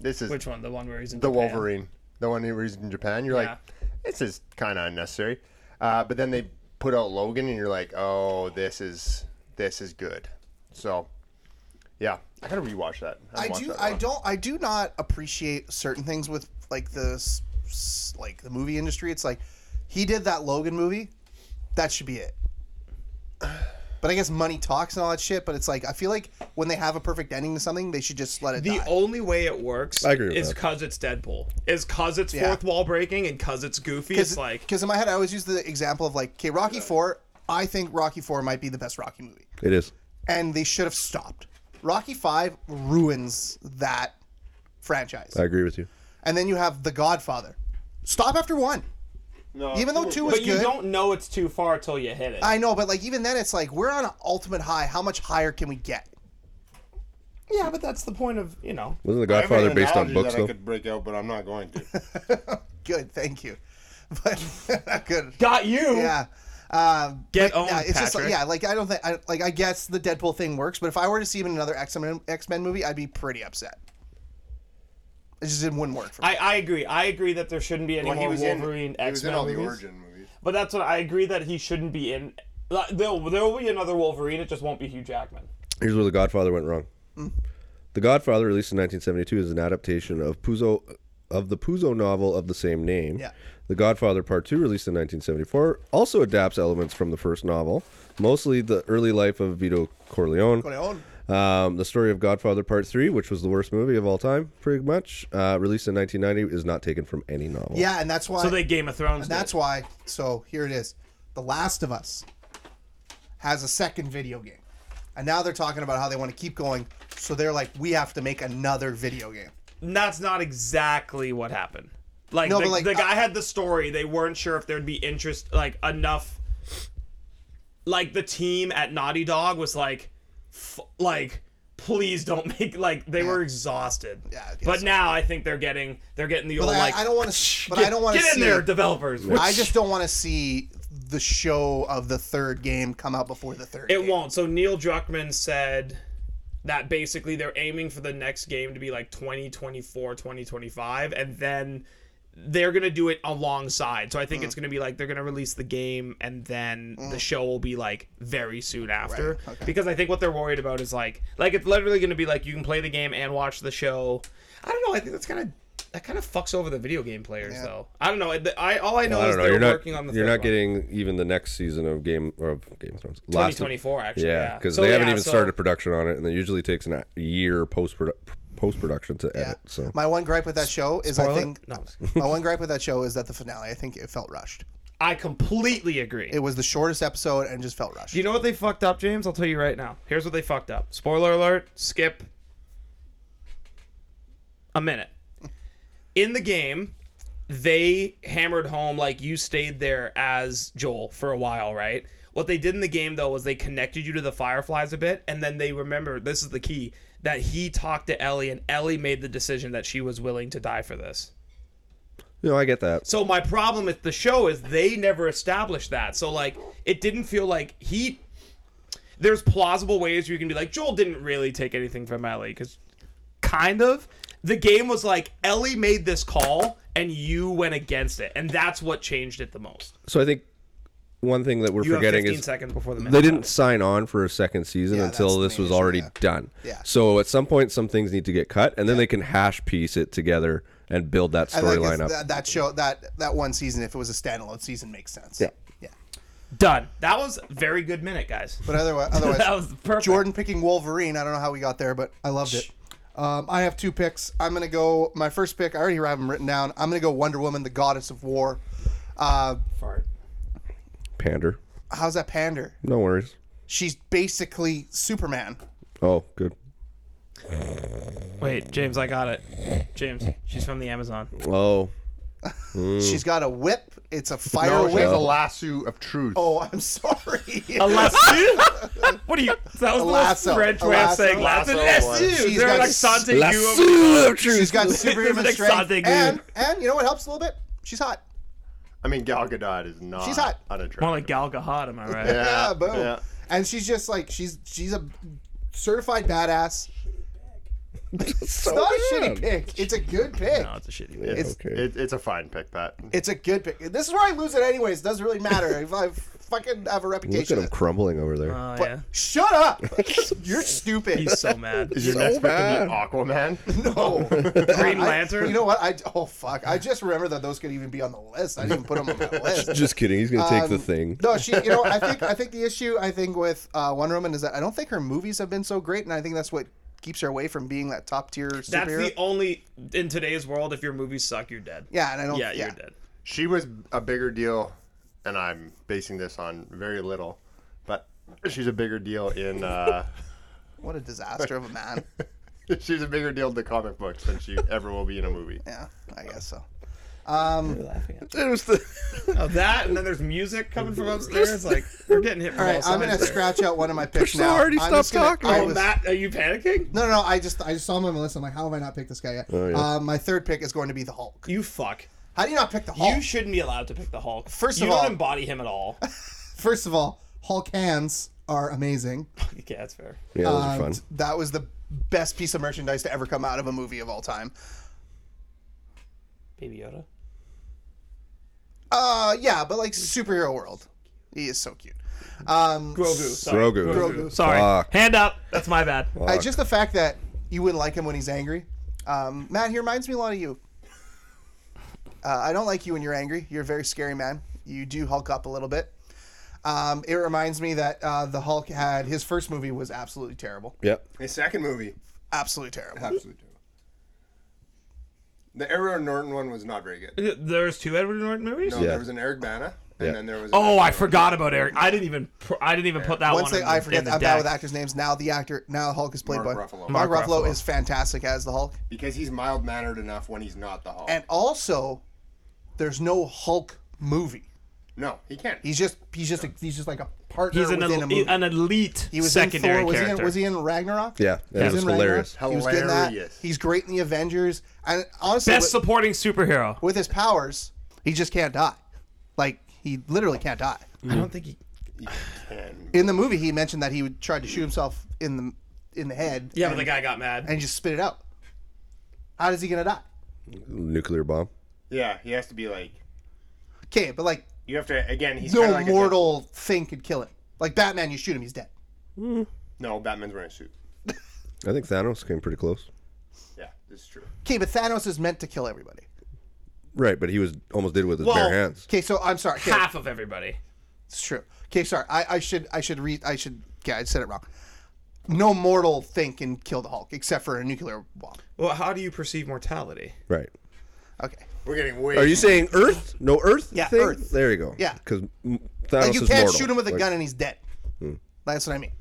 S5: this is
S1: Which one? The one where he's in
S5: the
S1: Japan?
S5: Wolverine, the one where he's in Japan. You're like, this is kind of unnecessary. Uh, but then they put out Logan, and you're like, oh, this is this is good. So, yeah, I gotta rewatch that.
S2: I
S5: haven't watched
S2: do.
S5: that
S2: I
S5: one.
S2: don't. I do not appreciate certain things with like the s- s- like the movie industry. It's like he did that Logan movie. That should be it. But I guess money talks and all that shit. But it's like I feel like when they have a perfect ending to something, they should just let it
S1: The
S2: die.
S1: only way it works
S4: I agree with
S1: is
S4: that.
S1: because it's Deadpool. Is because it's
S2: Yeah.
S1: fourth wall breaking and because it's goofy. It's like
S2: because in my head I always use the example of like okay Rocky Four. I think Rocky Four might be the best Rocky movie.
S4: It is.
S2: and they should have stopped. Rocky Five ruins that franchise,
S4: I agree with you.
S2: and then you have The Godfather. Stop after one,
S5: No,
S2: even though two was
S1: But you
S2: good.
S1: don't know it's too far till you hit it.
S2: I know, but like even then, it's like we're on an ultimate high. How much higher can we get?
S1: yeah, but that's the point of you know.
S4: Wasn't The
S5: I have an
S4: Godfather based on
S5: analogy
S4: books
S5: that I
S4: though?
S5: could break out, but I'm not going to.
S2: Good, thank you. *laughs* But good,
S1: Got you.
S2: yeah. Um,
S1: Get
S2: but,
S1: owned,
S2: yeah, it's just like,
S1: Patrick.
S2: yeah, like I don't think I, like I guess the Deadpool thing works, but if I were to see him in another X Men X Men movie, I'd be pretty upset. It just didn't- wouldn't work for me.
S1: I, I agree. I agree that there shouldn't be any
S5: Well, he
S1: more
S5: was
S1: Wolverine
S5: in, he
S1: X
S5: was in
S1: Men
S5: all
S1: movies.
S5: the origin movies.
S1: But that's what I agree that he shouldn't be in. like, There'll, there'll be another Wolverine. It just won't be Hugh Jackman.
S4: Here's where The Godfather went wrong. The Godfather, released in 1972, is an adaptation of Puzo of the Puzo novel of the same name.
S2: Yeah.
S4: The Godfather Part 2, released in 1974, also adapts elements from the first novel, mostly the early life of Vito Corleone.
S2: Corleone.
S4: Um, the story of Godfather Part 3, which was the worst movie of all time, pretty much, uh, released in 1990, is not taken from any novel.
S2: Yeah, and that's why.
S1: So they Game of Thrones.
S2: And that's why. So here it is. The Last of Us has a second video game. And now they're talking about how they want to keep going. So they're like, we have to make another video game.
S1: that's not exactly what happened. Like,
S2: No,
S1: the,
S2: but, like,
S1: the
S2: I-
S1: guy had the story. They weren't sure if there'd be interest, like enough. Like the team at Naughty Dog was like, f- like please don't make like they were exhausted.
S2: Yeah, I guess
S1: but
S2: so.
S1: now I think they're getting they're getting the old
S2: But I-
S1: like
S2: I don't want to. But
S1: get,
S2: I don't want to
S1: get
S2: see.
S1: in there, developers.
S2: I just don't want to see the show of the third game come out before the third.
S1: It
S2: game.
S1: won't. So Neil Druckmann said that basically they're aiming for the next game to be like 2024, 2025, and then they're going to do it alongside. So I think it's
S2: Mm.
S1: going to be like they're going to release the game and then the show will be like very soon after
S2: Right, okay.
S1: because I think what they're worried about is like like it's literally going to be like you can play the game and watch the show. I don't know, I think that's kind of that kind of fucks over the video game players
S2: Yeah.
S1: though. I don't know. I- I all I know
S4: I
S1: is
S4: don't know.
S1: they're
S4: You're not.
S1: working on the
S4: You're
S1: third
S4: not
S1: one.
S4: getting even the next season of Game of Game of Thrones. Last-
S1: 2024 actually.
S4: Yeah,
S1: Yeah,
S4: because
S1: So,
S4: they haven't
S1: yeah,
S4: even
S1: so-
S4: started production on it, and it usually takes an, a year post post production to
S2: Yeah.
S4: edit. So
S2: My one gripe with that show is I
S1: Spoiler?
S2: think
S1: No.
S2: my one gripe with that show is that the finale. I think it felt rushed.
S1: I completely agree.
S2: It was the shortest episode and just felt rushed.
S1: Do you know what they fucked up, James? I'll tell you right now. Here's what they fucked up. Spoiler alert, skip a minute. In the game, they hammered home like you stayed there as Joel for a while, right? What they did in the game though was they connected you to the Fireflies a bit, and then they remember this is the key that he talked to Ellie, and Ellie made the decision that she was willing to die for this.
S4: no, I get that.
S1: So my problem with the show is they never established that. So like it didn't feel like he there's plausible ways where you can be like Joel didn't really take anything from Ellie cuz kind of the game was like Ellie made this call and you went against it and that's what changed it the most.
S4: So I think one thing that we're
S1: You have
S4: forgetting
S1: 15
S4: is
S1: seconds before the
S4: they didn't sign on for a second season
S2: Yeah, that's
S4: until
S2: the
S4: this
S2: main
S4: was
S2: issue,
S4: already
S2: yeah.
S4: done.
S2: Yeah.
S4: So at some point, some things need to get cut, and then they can hash piece it together and build that
S2: I think it's-
S4: storyline up.
S2: That, that show that that one season, if it was a standalone season, makes sense.
S4: Yeah.
S2: Yeah.
S1: done. That was a very good minute, guys. *laughs*
S2: But otherwise, otherwise
S1: that was perfect.
S2: Jordan picking Wolverine. I don't know how we got there, but I loved it. Um, I have two picks. I'm gonna go. My first pick. I already have them written down. I'm gonna go Wonder Woman, the Goddess of War. Uh,
S1: Fart.
S4: Pander,
S2: how's that pander?
S4: no worries.
S2: She's basically Superman.
S4: Oh, good.
S1: Wait, James, I got it. James, she's from the Amazon.
S4: Oh,
S2: She's got a whip. It's a fire
S5: Mm. No, she
S2: whip.
S5: has a lasso of truth.
S2: Oh, I'm *laughs* sorry.
S1: A lasso? what are you? That was the most
S2: lasso.
S1: French
S2: A
S1: way of
S2: lasso.
S1: saying lasso.
S5: Lasso
S1: lasso.
S5: was-
S1: lasso.
S2: She's
S1: They're
S2: got
S1: like
S2: s-
S1: Sante
S4: lasso
S1: Gu.
S4: of
S2: *laughs*
S4: truth.
S2: She's got
S1: There's
S2: superhuman
S5: *laughs*
S1: an
S2: strength.
S1: exotic
S2: And
S1: dude.
S2: and you know what helps a little bit? She's hot.
S5: I mean, Gal Gadot is not.
S2: She's hot.
S5: Unattractive.
S1: More like Gal Gadot, am I right?
S5: Yeah,
S2: Yeah, boom.
S5: yeah.
S2: And she's just like she's she's a certified badass. It's
S4: so
S2: not a
S5: Oh,
S4: bad.
S2: shitty pick. It's a good pick.
S1: No, it's a shitty.
S5: It's,
S4: Okay.
S5: it, it's a fine pick, Pat.
S2: It's a good pick. This is where I lose it anyways. It doesn't really matter. if I fucking have a
S4: Look at
S2: reputation.
S4: him crumbling over there.
S1: Oh
S2: But
S1: yeah,
S2: shut up. You're stupid.
S1: he's so
S2: *laughs*
S1: mad.
S5: Is your next pick gonna be *laughs* Aquaman?
S2: no.
S1: Green
S2: I-
S1: Lantern.
S2: you know what? I oh fuck. I just remember that those could even be on the list. I didn't even put them on my list.
S4: Just kidding. He's gonna take the
S2: Um,
S4: thing.
S2: No, she. You know, I think I think the issue I think with uh, Wonder Woman is that I don't think her movies have been so great, and I think that's what keeps her away from being that top tier superhero.
S1: That's the only in today's world. If your movies suck, you're dead.
S2: yeah, and I don't.
S1: yeah,
S2: Yeah,
S1: you're dead.
S5: She was a bigger deal, and I'm basing this on very little, but she's a bigger deal in. Uh, *laughs*
S2: What a disaster of a man.
S5: she's a bigger deal in the comic books than she ever will be in a movie.
S2: Yeah, I guess so.
S4: It was the.
S1: Oh, that and then there's music coming from
S2: *laughs*
S1: upstairs. Like we're getting hit from *laughs*
S2: All
S1: all
S2: right, I'm
S1: sides.
S2: gonna
S1: there.
S2: scratch out one of my picks
S4: so
S2: now.
S4: hard, he
S2: I'm
S4: stopped
S2: just gonna-
S4: talking.
S2: I
S1: Oh,
S2: was-
S1: Matt, are you panicking?
S2: No, no, no. I just I just saw him on my list. I'm like, how have I not picked this guy yet?
S4: Oh, yeah.
S2: uh, my third pick is going to be the Hulk.
S1: You fuck.
S2: How do you not pick the Hulk?
S1: You shouldn't be allowed to pick the Hulk.
S2: First
S1: you
S2: of
S1: don't
S2: all-
S1: embody him at
S2: *laughs*
S1: all.
S2: First of all, Hulk hands are
S4: *laughs*
S2: amazing.
S1: okay, that's fair.
S4: Yeah, those are fun.
S2: And that was the best piece of merchandise to ever come out of a movie of all time.
S1: Baby Yoda.
S2: Uh, yeah, but like superhero world, he is so cute. Um,
S1: Grogu. Sorry.
S4: Grogu.
S2: Grogu.
S1: Sorry.
S4: Fuck.
S1: Hand up. That's my bad.
S2: I, just the fact that you wouldn't like him when he's angry. Um, Matt, he reminds me a lot of you. Uh, I don't like you when you're angry. You're a very scary man. You do hulk up a little bit. Um, it reminds me that uh, the Hulk had his first movie was absolutely terrible,
S4: Yep.
S5: His second movie,
S2: absolutely terrible.
S5: absolutely terrible. The Edward Norton one was not very good.
S6: There's two Edward Norton movies.
S5: No,
S4: Yeah.
S5: there was an Eric Bana, and
S4: Yeah.
S5: then there was.
S6: Oh, I forgot about Eric. I didn't even. Pr- I didn't even put that
S2: Once
S6: one.
S2: they,
S6: in
S2: I
S6: the- in
S2: forget
S6: the
S2: I'm bad with
S6: deck.
S2: actors' names. Now the actor, now the Hulk is played
S5: Mark
S2: by Mark,
S5: Ruffalo.
S6: Mark
S2: Ruffalo,
S6: Ruffalo.
S2: is fantastic as the Hulk,
S5: because he's mild mannered enough when he's not the Hulk.
S2: and also there's no Hulk movie.
S5: no, he can't.
S2: He's just he's just a, he's just like a partner
S6: He's an,
S2: within
S6: el-
S2: a movie.
S6: an elite
S2: he was
S6: secondary
S2: in Thor. Was
S6: character.
S2: he in, was he in Ragnarok?
S4: Yeah, that
S2: He
S4: was
S2: in Ragnarok.
S4: hilarious.
S2: He was good in that.
S5: Hilarious.
S2: He's great in the Avengers, and honestly,
S6: Best
S2: with-
S6: supporting superhero.
S2: with his powers, he just can't die. Like he literally can't die.
S6: I don't think he.
S5: He can.
S2: In the movie, he mentioned that he would tried to shoot himself in the in the head.
S6: Yeah,
S2: and,
S6: but the guy got mad.
S2: and he just spit it out. How is he gonna die?
S4: Nuclear bomb.
S5: Yeah, he has to be like.
S2: Okay, but like
S5: You have to again. He's
S2: no
S5: kinda like a
S2: mortal thing could kill him. Like Batman, you shoot him, he's dead.
S5: Deadpool. no, Batman's wearing a suit.
S4: I think Thanos came pretty close.
S5: Yeah, this is true.
S2: Okay, but Thanos is meant to kill everybody.
S4: Right, but he was almost did it with his
S6: Well,
S4: bare hands.
S2: Okay, so I'm sorry. 'Kay,
S6: Half of everybody.
S2: It's true. Okay, sorry. I, I should I should read I should yeah, I said it wrong. No mortal thing can kill the Hulk except for a nuclear bomb.
S6: Well, how do you perceive mortality?
S4: Right.
S2: Okay.
S5: We're getting way.
S4: Are you saying Earth? No Earth.
S2: Yeah,
S4: thing?
S2: Earth.
S4: There you go.
S2: Yeah.
S4: Because Thanos
S2: Like you
S4: is
S2: can't
S4: mortal.
S2: shoot him with a
S4: Like, Hmm.
S2: gun and he's dead. That's what I mean.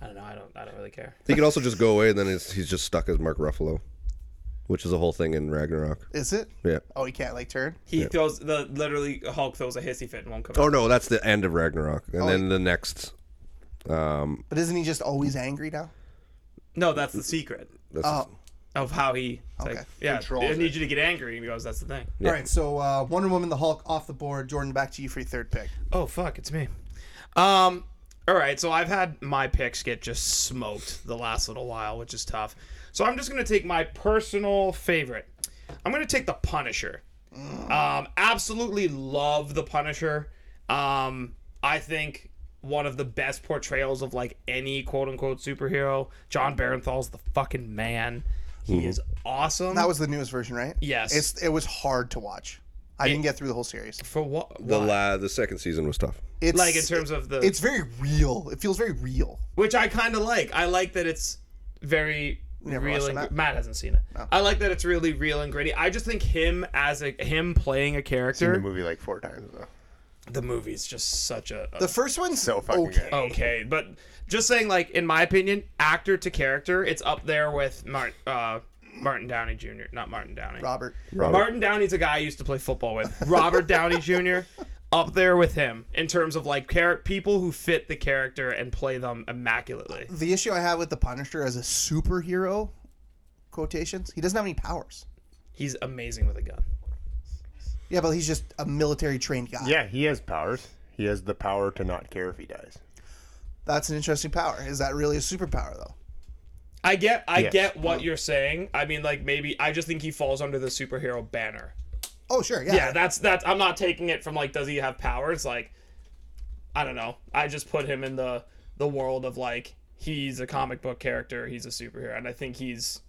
S6: I don't know. I don't. I don't really care.
S4: He could also just go away, and then he's, he's just stuck as Mark Ruffalo, which is a whole thing in Ragnarok.
S2: Is it?
S4: Yeah.
S2: Oh, he can't like turn.
S6: He throws the literally Hulk throws a hissy fit and won't come
S4: Oh
S6: out.
S4: no, that's the end of Ragnarok,
S2: Oh.
S4: and then the next.
S2: But isn't he just always angry now?
S6: No, that's the secret
S4: That's,
S2: Oh,
S6: of how he. it's
S2: Okay.
S6: Like, yeah,
S5: Controls
S6: they
S5: it.
S6: need you to get angry, and he goes, "That's the thing."
S2: all right. So uh, Wonder Woman, the Hulk off the board. Jordan, back to you for your third pick.
S6: Oh fuck, it's me. Um all right, so I've had my picks get just smoked the last little while, which is tough. So I'm just going to take my personal favorite. I'm going to take the Punisher. Um absolutely love the Punisher. Um I think one of the best portrayals of like any quote unquote superhero. John Barenthal's the fucking man. He is awesome.
S2: That was the newest version, right?
S6: Yes.
S2: It's it was hard to watch. I didn't get through the whole series.
S6: for what
S4: the la- the second season was tough.
S2: It's
S6: like in terms of the
S2: it's very real. It feels very real.
S6: which I kind of like. I like that it's very
S2: Never
S6: real.
S2: watched
S6: And,
S2: it, Matt.
S6: Matt. hasn't seen it. I like that it's really real and gritty. I just think him as a him playing a
S5: Seen the
S6: character,
S5: movie like four times though.
S6: the movie's just such a, a
S2: The first one's
S5: So fucking
S2: okay.
S5: good.
S6: okay. But just saying, like in my opinion, actor to character, it's up there with Martin uh, Martin Downey Jr. Not Martin Downey.
S2: Robert.
S6: Martin Downey's a guy I used to play football with. Robert Downey
S2: *laughs*
S6: Jr. up there with him in terms of like char- people who fit the character and play them immaculately.
S2: The issue I have with the Punisher as a superhero, quotations, he doesn't have any powers.
S6: He's amazing with a gun.
S2: Yeah, but he's just a military trained guy.
S5: Yeah, he has powers. He has the power to not care if he dies.
S2: That's an interesting power. Is that really a superpower though?
S6: I get I
S5: Yes.
S6: get what you're saying. I mean like maybe I just think he falls under the superhero banner.
S2: Oh sure, yeah.
S6: Yeah, that's that's I'm not taking it from like does he have powers like I don't know. I just put him in the the world of like he's a comic book character, he's a superhero and I think he's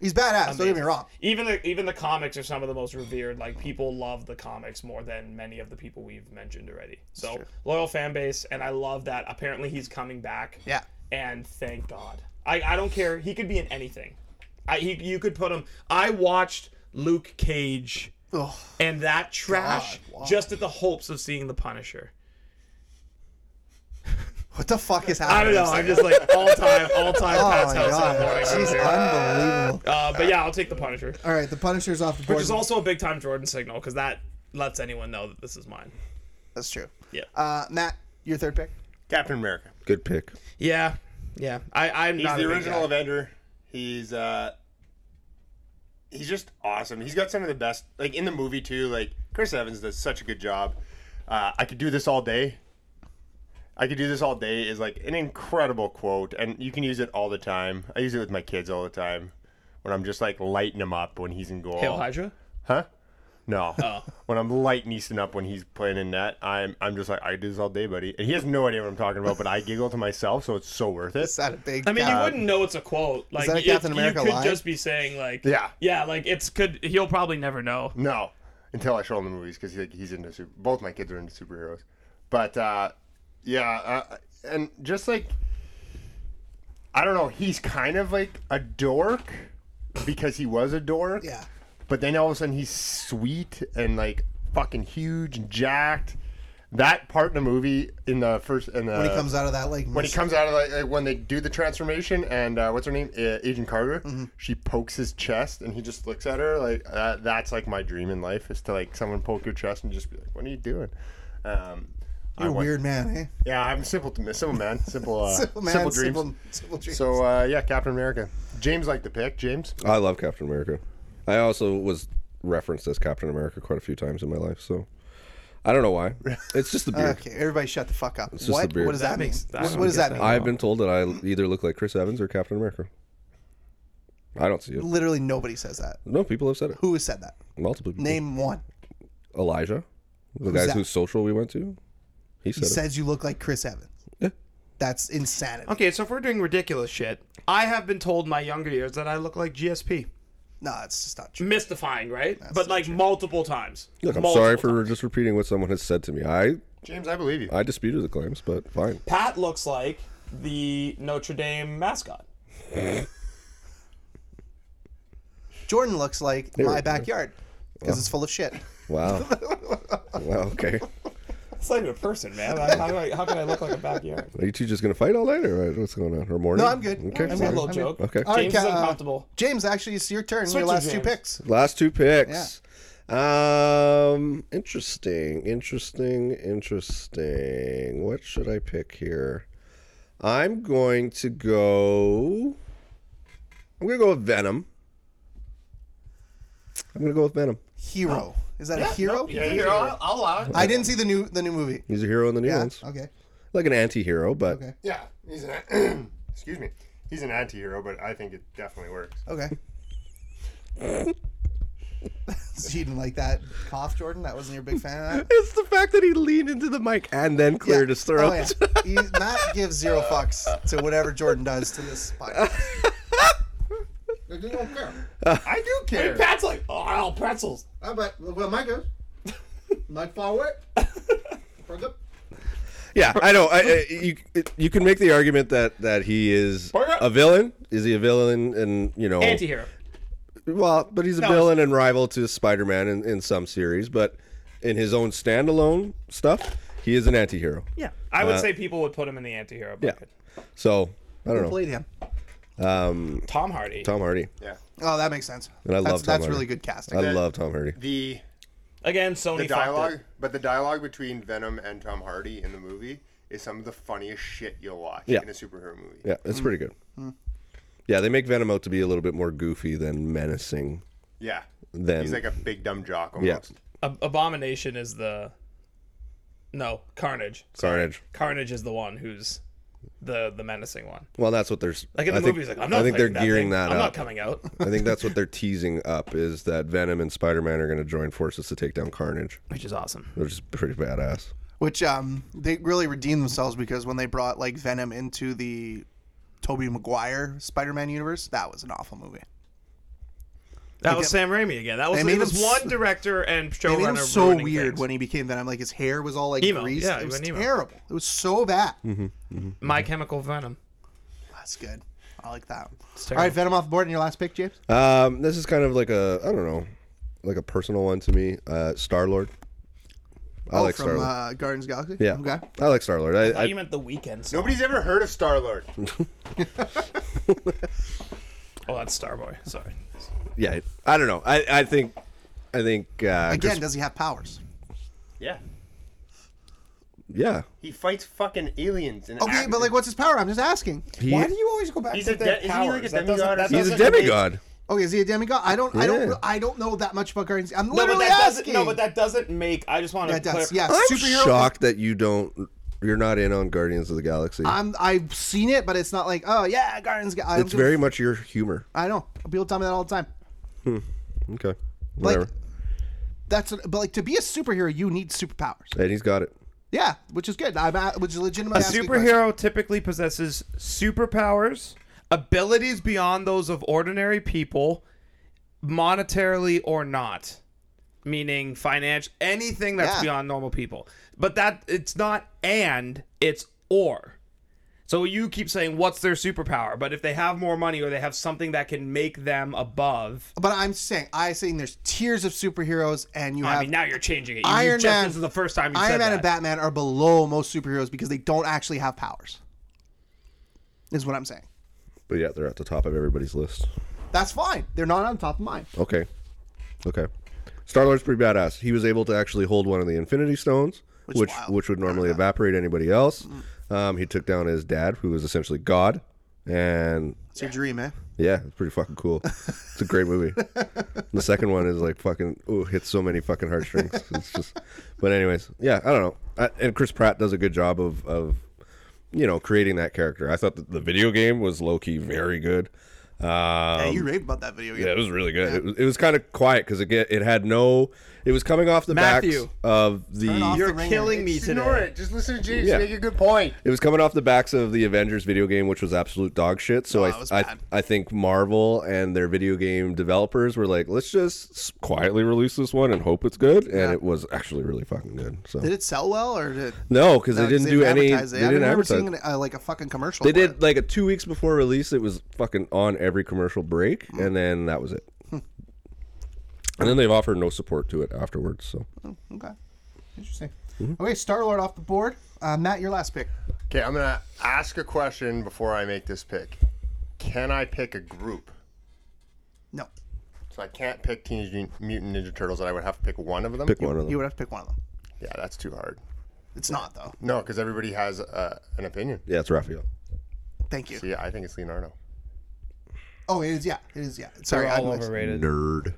S2: He's badass, don't get me wrong.
S6: even the even the comics are some of the most revered. Like people love the comics more than many of the people we've mentioned already. So loyal fan base, and I love that. Apparently he's coming back.
S2: Yeah.
S6: And thank God. I, I don't care. He could be in anything. I he, you could put him. I watched Luke Cage
S2: Ugh.
S6: and that trash
S2: God, wow.
S6: just at the hopes of seeing the Punisher.
S2: What the fuck is
S6: I
S2: happening?
S6: don't know. I'm just like all time all *laughs* time
S2: Oh my
S6: Pat's house in the
S2: god,
S6: morning.
S2: she's unbelievable.
S6: Uh, but yeah, I'll take the Punisher.
S2: All right, the Punisher's off the board.
S6: Which is also a big time Jordan signal because that lets anyone know that this is mine.
S2: That's true.
S6: Yeah.
S2: Uh, Matt, your third pick.
S5: Captain America.
S4: Good pick.
S6: yeah. Yeah. I, I'm
S5: He's
S6: not
S5: the
S6: a big
S5: original
S6: guy.
S5: Avenger. He's uh he's just awesome. He's got some of the best like in the movie too, like Chris Evans does such a good job. Uh, I could do this all day. I could do this all day is like an incredible quote and you can use it all the time. I use it with my kids all the time when I'm just like lighting him up when he's in goal.
S6: Hail Hydra?
S5: Huh? No.
S6: Oh.
S5: *laughs* When I'm light Neeson up when he's playing in net, I'm I'm just like I do this all day, buddy. And he has no idea what I'm talking about, but I giggle to myself, so it's so worth it.
S2: Is that a big?
S6: I mean,
S2: uh,
S6: you wouldn't know it's a quote. Like,
S2: that a
S6: it-
S2: Captain America
S6: you could
S2: line?
S6: just be saying like,
S5: Yeah.
S6: yeah, like it's could he'll probably never know.
S5: No. until I show him the movies because like, he's into super. Both my kids are into superheroes, but uh, yeah, uh, and just like I don't know, he's kind of like a dork because he was a dork.
S2: Yeah.
S5: But then all of a sudden he's sweet and like fucking huge and jacked. That part in the movie in the first in the
S2: when he comes out of that like
S5: Uh, when he comes out of like, like when they do the transformation and uh, what's her name uh, agent carter
S2: Mm-hmm.
S5: she pokes his chest and he just looks at her like uh, that's like my dream in life is to like someone poke your chest and just be like what are you doing um I
S2: you're a
S5: want-
S2: weird man, eh?
S5: yeah i'm simple simple man simple
S2: *laughs*
S5: uh,
S2: Simple
S5: simple,
S2: man,
S5: dreams
S2: simple- simple dreams.
S5: so uh yeah captain america james liked the pick james
S4: I love Captain America. I also was referenced as Captain America quite a few times in my life, so I don't
S2: *laughs*
S4: know why. It's just the beard.
S2: Okay, everybody shut the fuck up.
S4: just the
S2: What?
S4: beard.
S2: What does that,
S1: That
S2: mean?
S1: makes- I
S2: what
S1: don't
S2: what does
S1: get
S2: that mean?
S1: that.
S4: I've been told that I either look like Chris Evans or Captain America. I don't see it.
S2: Literally nobody says that.
S4: No, people have said it.
S2: Who has said that?
S4: Multiple people.
S2: Name one.
S4: Elijah, the guys
S2: that?
S4: whose social we went to. He said
S2: He
S4: it.
S2: says you look like Chris Evans.
S4: Yeah.
S2: That's insanity.
S1: Okay, so if we're doing ridiculous shit, I have been told my younger years that I look like GSP.
S2: No, it's just not true.
S1: Mystifying, right? but like multiple times.
S4: Look, I'm
S1: Multiple
S4: sorry for just repeating what someone has said to me. I
S5: james i believe you
S4: I disputed the claims, but fine.
S1: Pat looks like the Notre Dame mascot.
S2: Jordan looks like my
S4: yeah.
S2: backyard because it's full of shit. *laughs*
S4: Wow. wow. Okay.
S1: It's not even a person, man. How, how, do I- how can I look like a
S5: *laughs*
S1: backyard?
S4: Are you two just gonna fight all night, or what's going on? Or morning?
S2: No, I'm good.
S4: Okay.
S1: That's a
S4: sorry.
S1: little joke.
S4: Okay.
S1: James
S4: All
S2: right,
S1: is
S2: Ca- uh,
S1: uncomfortable.
S2: James, actually, it's your turn.
S1: Switch
S2: Your
S1: to
S2: last two
S1: James.
S2: picks.
S4: Last two picks. Um, interesting, interesting, interesting. What should I pick here? I'm going to go. I'm gonna go with Venom. I'm gonna go with Venom.
S2: Hero. Is that a hero?
S5: yeah you know I'll, I'll allow it
S2: I didn't see the new the new movie.
S4: He's a hero in the new
S2: Yeah.
S4: ones,
S2: Okay.
S4: like an anti-hero, but
S2: Okay.
S5: yeah he's an *clears throat* excuse me he's an anti-hero but i think it definitely works
S2: Okay. *laughs* you didn't like that cough, Jordan. That wasn't your big fan of that.
S4: it's the fact that he leaned into the mic and then cleared his
S2: Oh,
S4: throat. *laughs*
S2: yeah. He, Matt gives zero fucks to whatever Jordan does to this
S4: *laughs*
S2: podcast.
S6: I do not care.
S5: i do care
S1: Pat's like, oh, I don't pretzels.
S6: I bet. Well, mine goes. Mine far away. Far good.
S4: Yeah, I know. I, I, you you can make the argument that that he is
S1: Burger.
S4: a villain. Is he a villain? And you know,
S1: Anti-hero.
S4: Well, but he's a
S1: No,
S4: villain and rival to Spider-Man in, in some series, but in his own standalone stuff, he is an anti-hero.
S1: Yeah. I
S2: Uh,
S1: would say people would put him in the anti-hero
S4: Yeah.
S1: bucket.
S4: So I don't know.
S2: Played him.
S1: Tom Hardy.
S4: Tom Hardy.
S5: yeah
S2: Oh, that makes sense.
S4: And I love
S2: that's,
S4: Tom
S2: That's
S4: Hardy.
S2: really good casting.
S4: I love Tom Hardy.
S5: the
S1: Again, Sony
S5: the
S1: fucked it.
S5: dialogue, but the dialogue between Venom and Tom Hardy in the movie is some of the funniest shit you'll watch
S4: Yeah.
S5: in a superhero movie.
S4: Yeah, it's pretty good. Yeah, they make Venom out to be a little bit more goofy than menacing.
S5: Yeah.
S4: Then-
S5: he's like a big dumb jock
S4: Yeah,
S5: almost.
S1: Ab- Abomination is the no Carnage. Sorry.
S4: Carnage.
S1: Carnage is the one who's the the menacing one.
S4: Well, that's what there's.
S1: Like in the
S4: I think,
S1: movies, like I'm not.
S4: I think they're
S1: playing that
S4: gearing
S1: thing.
S4: that
S1: I'm not
S4: up.
S1: coming out.
S4: I think that's
S1: *laughs*
S4: what they're teasing up is that Venom and Spider-Man are going to join forces to take down Carnage,
S1: Which is awesome.
S4: which is pretty badass.
S2: Which um, they really redeemed themselves because when they brought like Venom into the Tobey Maguire Spider-Man universe, that was an awful movie.
S1: That was Sam Raimi again. That was
S2: They
S1: it
S2: made
S1: was
S2: him
S1: one
S2: s-
S1: director and
S2: It
S1: showrunner.
S2: made him so
S1: ruining
S2: weird
S1: things.
S2: when he became Venom. Like his hair was all like
S1: Emo.
S2: greased.
S1: Yeah,
S2: it
S1: he
S2: was
S1: went emo.
S2: terrible. It was so bad.
S4: Mm-hmm.
S1: My Chemical Venom.
S2: That's good. I like that. All
S1: terrible.
S2: right, Venom off the board and your last pick, James.
S4: Um, this is kind of like a I don't know, like a personal one to me. Uh, Star Lord. I like Star
S2: from
S4: Lord.
S2: uh, Guardians of the Galaxy.
S4: yeah.
S2: Okay.
S4: I like Star Lord. I,
S1: I,
S4: I
S1: you meant the weekend. Song.
S5: Nobody's ever heard of Star Lord.
S1: Oh, that's Starboy. Sorry.
S4: yeah. I don't know. I, I think I think uh,
S2: Again,
S4: Chris-
S2: does he have powers?
S5: yeah.
S4: yeah.
S5: He fights fucking aliens and
S2: Okay, but like, what's his power? I'm just asking.
S1: Why do you always go back
S5: He's
S1: to
S5: a
S1: their
S5: de- isn't he like
S1: powers?
S5: a
S1: That doesn't-
S5: demigod or
S1: that
S5: something?
S4: He's a
S1: doesn't make-
S4: demigod.
S2: Okay, is he a demigod? I don't. I
S4: Yeah.
S2: don't. I don't know that much about Guardians. I'm
S1: No, but
S2: literally
S1: that doesn't.
S2: asking.
S1: No, but that doesn't make. I just want to.
S2: That does. Yeah,
S4: I'm
S2: superhero.
S4: shocked that you don't. You're not in on Guardians of the Galaxy.
S2: I'm. I've seen it, but it's not like, oh yeah, Guardians. of the Ga- I don't
S4: it's
S2: give a
S4: very much your humor.
S2: I know. People tell me that all the time.
S4: Okay. Whatever.
S2: That's what, but like to be a superhero, you need superpowers.
S4: and he's got it.
S2: Yeah, which is good. I'm at, which is legitimate.
S1: A superhero typically possesses superpowers, abilities beyond those of ordinary people, monetarily or not. meaning financial, anything that's
S2: Yeah.
S1: beyond normal people. But that it's not and, it's or. So you keep saying what's their superpower, but if they have more money or they have something that can make them above,
S2: But I'm saying, I saying there's tiers of superheroes, and you have
S1: I mean now you're changing it. You, you
S2: Iron
S1: just-
S2: Man.
S1: This is the first time you
S2: Iron
S1: said
S2: Man
S1: that.
S2: and Batman are below most superheroes because they don't actually have powers. Is what I'm saying.
S4: But yeah, they're at the top of everybody's list.
S2: That's fine. They're not on top of mine.
S4: Okay. Okay. Star Lord's pretty badass. He was able to actually hold one of the Infinity Stones,
S2: Which is
S4: which which,
S2: wild. Mm.
S4: would normally evaporate anybody else. Um, he took down his dad, who was essentially God, and
S2: It's your dream, eh? man.
S4: yeah, it's pretty fucking cool. It's a
S2: *laughs*
S4: great movie. And the second one is like fucking ooh, hits so many
S2: *laughs*
S4: fucking heartstrings. It's just, but anyways, yeah, I don't know. I, and Chris Pratt does a good job of of you know creating that character. I thought that the video game was low key very good. Um,
S2: Yeah, you raved about that video game.
S4: yeah, it was really good. It was, it was kind of quiet because it get, it had no. It was coming off the
S1: Matthew.
S4: backs of
S2: Turn off
S4: the.
S2: the
S1: You're
S2: ringer.
S1: killing me
S5: Just ignore
S1: today.
S5: it. Just listen to James
S4: Yeah.
S5: make a good point.
S4: It was coming off the backs of the Avengers video game, which was absolute dog shit. So
S2: Oh, it was
S4: I, I
S2: bad.
S4: I think Marvel and their video game developers were like, let's just s- quietly release this one and hope it's good. And it was actually really fucking good. So
S2: Did it sell well or did?
S4: no, because they didn't do any.
S2: advertise it.
S4: They
S2: I
S4: didn't
S2: remember
S4: advertise.
S2: seeing uh, like a fucking commercial.
S4: They
S2: for
S4: did
S2: it.
S4: like a two weeks before release. It was fucking on every commercial break,
S2: Hmm.
S4: and then that was it. and then they've offered no support to it afterwards. So
S2: Okay. Interesting.
S4: Mm-hmm.
S2: Okay, Star Lord off the board. Uh, Matt, your last pick.
S5: Okay, I'm gonna ask a question before I make this pick. Can I pick a group?
S2: No,
S5: So I can't pick Teenage Mut- Mutant Ninja Turtles, and I would have to pick one of them.
S4: pick one of
S2: you
S4: them.
S2: would have to pick one of them.
S5: Yeah, that's too hard.
S2: It's not though.
S5: No, because everybody has uh, an opinion.
S4: Yeah, it's Raphael.
S2: Thank you.
S5: See, I think it's Leonardo.
S2: Oh, it is. Yeah, it is. Yeah. Sorry, I
S1: all
S2: missed.
S1: overrated.
S4: Nerd.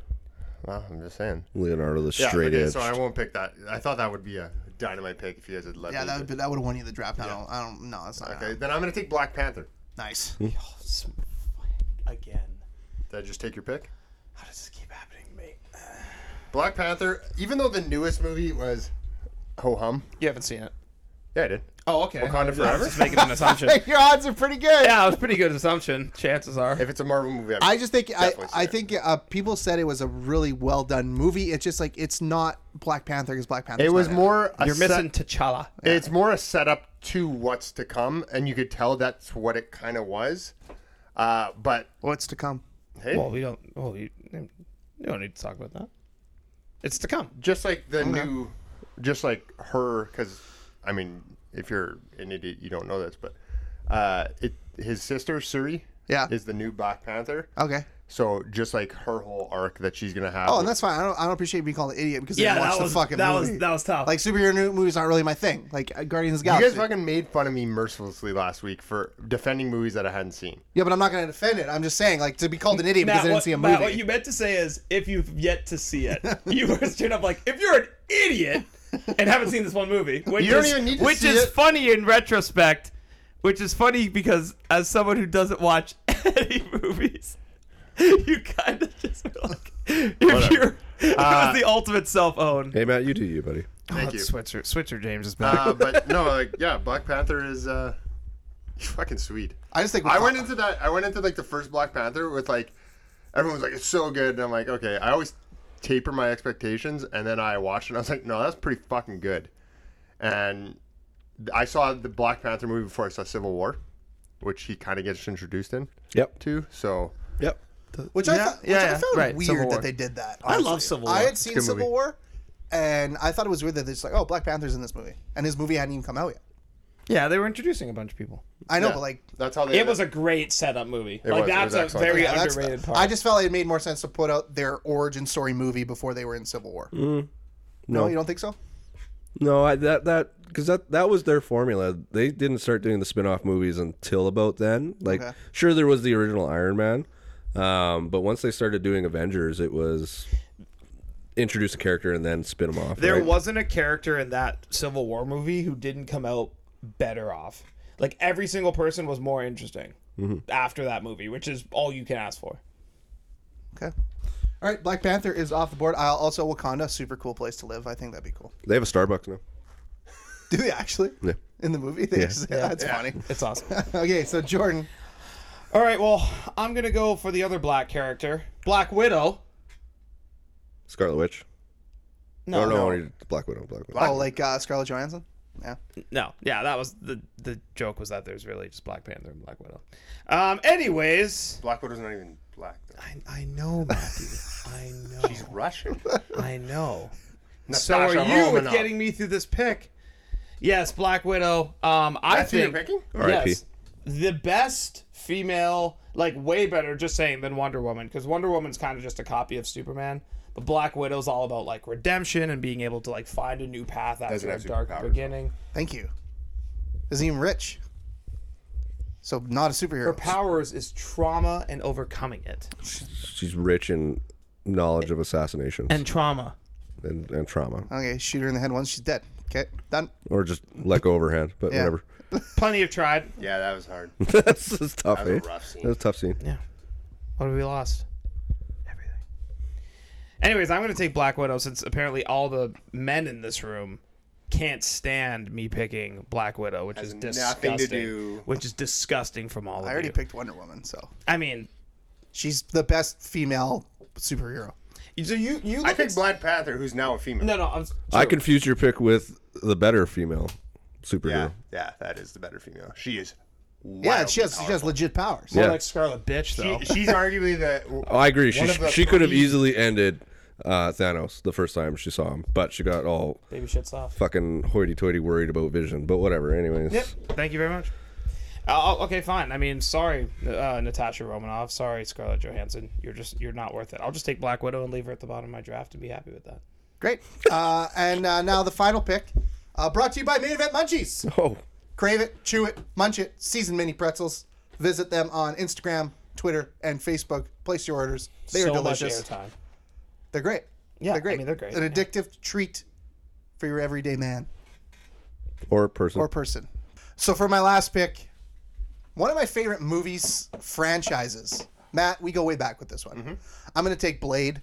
S5: Well, I'm just saying.
S4: Leonardo the
S5: Yeah,
S4: straight
S5: okay,
S4: edge.
S5: so I won't pick that. I thought that would be a dynamite pick if you guys had let
S2: Yeah,
S5: me.
S2: that would be, that would have won you the draft. I don't. I don't. No, that's not.
S5: Okay, then I'm gonna take Black Panther.
S2: Nice.
S1: Again.
S5: Did I just take your pick?
S1: How does this keep happening, mate?
S5: Black Panther. Even though the newest movie was ho hum.
S1: You haven't seen it.
S5: Yeah, I did.
S1: Oh, okay.
S5: Wakanda Forever.
S1: Just making an assumption.
S2: *laughs* Your odds are pretty good.
S1: yeah, it was a pretty good assumption. Chances are.
S5: *laughs* If it's a Marvel movie,
S2: I just think I,
S5: Definitely
S2: I
S5: seen
S2: think uh, people said it was a really well done movie. It's just like it's not Black Panther because Black Panther.
S5: it was more. a
S1: You're
S5: set-
S1: missing T'Challa.
S5: It's more a setup to what's to come, and you could tell that's what it kind of was. Uh, but
S2: what's to come.
S5: hey,
S1: Well, we don't. Well, you, you don't need to talk about that. It's to come.
S5: just like the new, just like her, because I mean, if you're an idiot, you don't know this, but uh, it his sister Suri,
S2: Yeah.
S5: is the new Black Panther.
S2: Okay.
S5: So just like her whole arc that she's gonna have.
S2: Oh, and that's fine. I don't I don't appreciate being called an idiot because I didn't watch the fucking movie.
S1: was tough.
S2: like superhero new- movies aren't really my thing. Like uh, Guardians of the
S5: you
S2: Galaxy.
S5: guys fucking made fun of me mercilessly last week for defending movies that I
S2: *laughs*
S5: hadn't seen.
S2: yeah, but I'm not gonna defend it. I'm just saying like to be called an idiot because I didn't see a movie.
S1: Matt, what you meant to say is, if you've yet to see *laughs* it, you were straight up like, if you're an idiot and haven't seen this one movie, which
S5: You don't
S1: is,
S5: even need to
S1: which
S5: see
S1: is
S5: it.
S1: funny in retrospect, which is funny because as someone who doesn't watch *laughs* any movies, you kind of just feel like, if you're, it was the ultimate self own.
S4: Hey Matt, you do you, buddy.
S5: Uh, Thank you.
S1: Switzer, Switzer James is back.
S5: Uh, but no, like yeah, Black Panther is uh, *laughs* fucking sweet.
S2: I just think
S5: I went into that. I went into like the first Black Panther with like everyone's like it's so good, and I'm like, okay. I always taper my expectations, and then I watched, it, and I was like, no, that's pretty fucking good. And I saw the Black Panther movie before I saw Civil War, which he kind of gets introduced in
S4: Yep.
S5: too. So
S4: Yep.
S2: which I
S1: Yeah,
S2: thought, which
S1: yeah,
S2: I
S1: yeah,
S2: found
S1: right, Civil
S2: weird
S1: War.
S2: that they did that.
S1: I love
S2: honestly.
S1: Civil
S2: I
S1: War.
S2: had seen
S5: good
S2: Civil
S5: movie.
S2: War, and I thought it was weird that it's like oh Black Panther's in this movie, and his movie hadn't even come out yet.
S1: yeah, they were introducing a bunch of people.
S2: I know,
S5: yeah,
S2: but like
S5: that's how they.
S1: It was a great setup movie. like
S5: was, it
S1: that's
S5: was
S1: a
S5: excellent.
S1: very
S2: Yeah, that's-
S1: underrated part.
S2: I just felt like it made more sense to put out their origin story movie before they were in Civil War.
S1: Mm-hmm.
S2: no. you don't think so?
S4: No, I, that that because that that was their formula. They didn't start doing the spin-off movies until about then. Like,
S2: Okay.
S4: sure, there was the original Iron Man, um, but once they started doing Avengers, it was introduce a character and then spin them off.
S1: There
S4: right?
S1: wasn't a character in that Civil War movie who didn't come out better off. Like every single person was more interesting
S5: Mm-hmm.
S1: after that movie, which is all you can ask for.
S2: Okay. All right, Black Panther is off the board. I'll also Wakanda, super cool place to live. I think that'd be cool. *laughs*
S4: they have a Starbucks now.
S2: Do they actually?
S4: Yeah.
S2: In the movie, *laughs* they just- that's funny.
S1: It's awesome.
S2: *laughs* okay, so Jordan,
S1: all right, well, I'm gonna go for the other black character, Black Widow.
S4: Scarlet Witch.
S6: No,
S4: or no,
S6: no.
S4: already- Black Widow, Black Widow.
S2: Oh, like uh, Scarlett Johansson. Yeah.
S6: No, yeah, that was the the joke was that there's really just Black Panther and Black Widow. Um, anyways,
S5: Black Widow's not even black. though.
S6: I, I know, Matthew. I
S1: *laughs*
S6: know.
S5: She's Russian.
S6: I know. So are
S5: Natasha
S6: you with
S5: Romanoff.
S6: getting me through this pick? Yes, Black Widow. Um, I
S5: That's who you're
S6: think
S5: picking?
S4: R.I.P.
S6: yes, the best female, like way better. Just saying than Wonder Woman because Wonder Woman's kind of just a copy of Superman. But Black Widow's all about like redemption and being able to like find a new path after a
S5: have
S6: dark
S5: superpowers, though.
S6: beginning.
S2: Thank you. Isn't even rich. So not a
S6: Her
S2: superhero.
S6: powers is trauma and overcoming it,
S4: She's rich in knowledge of assassinations and,
S6: and trauma.
S4: and, trauma,
S2: okay, shoot her in the head once. She's dead. Okay, done.
S4: or just let go of her hand. But
S2: Yeah.
S4: whatever. *laughs*
S6: Plenty have tried.
S5: Yeah, that was hard.
S4: That's that's tough.
S5: That was a
S4: eh?
S5: rough scene.
S4: That was a tough scene.
S6: Yeah. What have we lost? Everything. Anyways, I'm going to take Black Widow since apparently all the men in this room can't stand me picking Black Widow, which is disgusting.
S5: nothing to do-
S6: Which is disgusting from all of
S2: I already
S6: you.
S2: picked Wonder Woman, so
S6: I mean,
S2: she's the best female superhero.
S6: so you you look
S5: I
S6: at
S5: picked
S6: s-
S5: Black Panther, who's now a female.
S6: No, no. I'm,
S4: I confused your pick with the better female superhero.
S5: Yeah, yeah, that is the better female. She is.
S2: Yeah,
S5: wildly
S2: she has she has
S5: powerful.
S2: legit powers.
S6: I
S4: Yeah.
S6: like Scarlet Bitch though.
S5: She- she's
S2: *laughs*
S5: arguably the.
S4: Oh, I agree. She
S5: One of the
S4: she could have
S5: three-
S4: easily ended uh, Thanos the first time she saw him, but she got all
S6: Baby shit's off.
S4: fucking hoity-toity worried about Vision. But whatever. Anyways.
S6: Yep. Thank you very much. Oh, okay, fine. I mean, sorry, uh, Natasha Romanoff. Sorry, Scarlett Johansson. You're just you're not worth it. I'll just take Black Widow and leave her at the bottom of my draft and be happy with that.
S2: Great. Uh, and uh, now the final pick, uh, brought to you by Main Event Munchies.
S4: *laughs* Oh,
S2: Crave it, chew it, munch it. Seasoned mini pretzels. Visit them on Instagram, Twitter, and Facebook. Place your orders. They
S6: so
S2: are delicious.
S6: Much airtime.
S2: They're great.
S6: Yeah,
S2: they're great.
S6: I mean, they're great,
S2: An
S6: yeah.
S2: addictive treat for your everyday man
S4: or person.
S2: or person. So for my last pick, one of my favorite movies franchises. Matt, we go way back with this one. I'm gonna take Blade,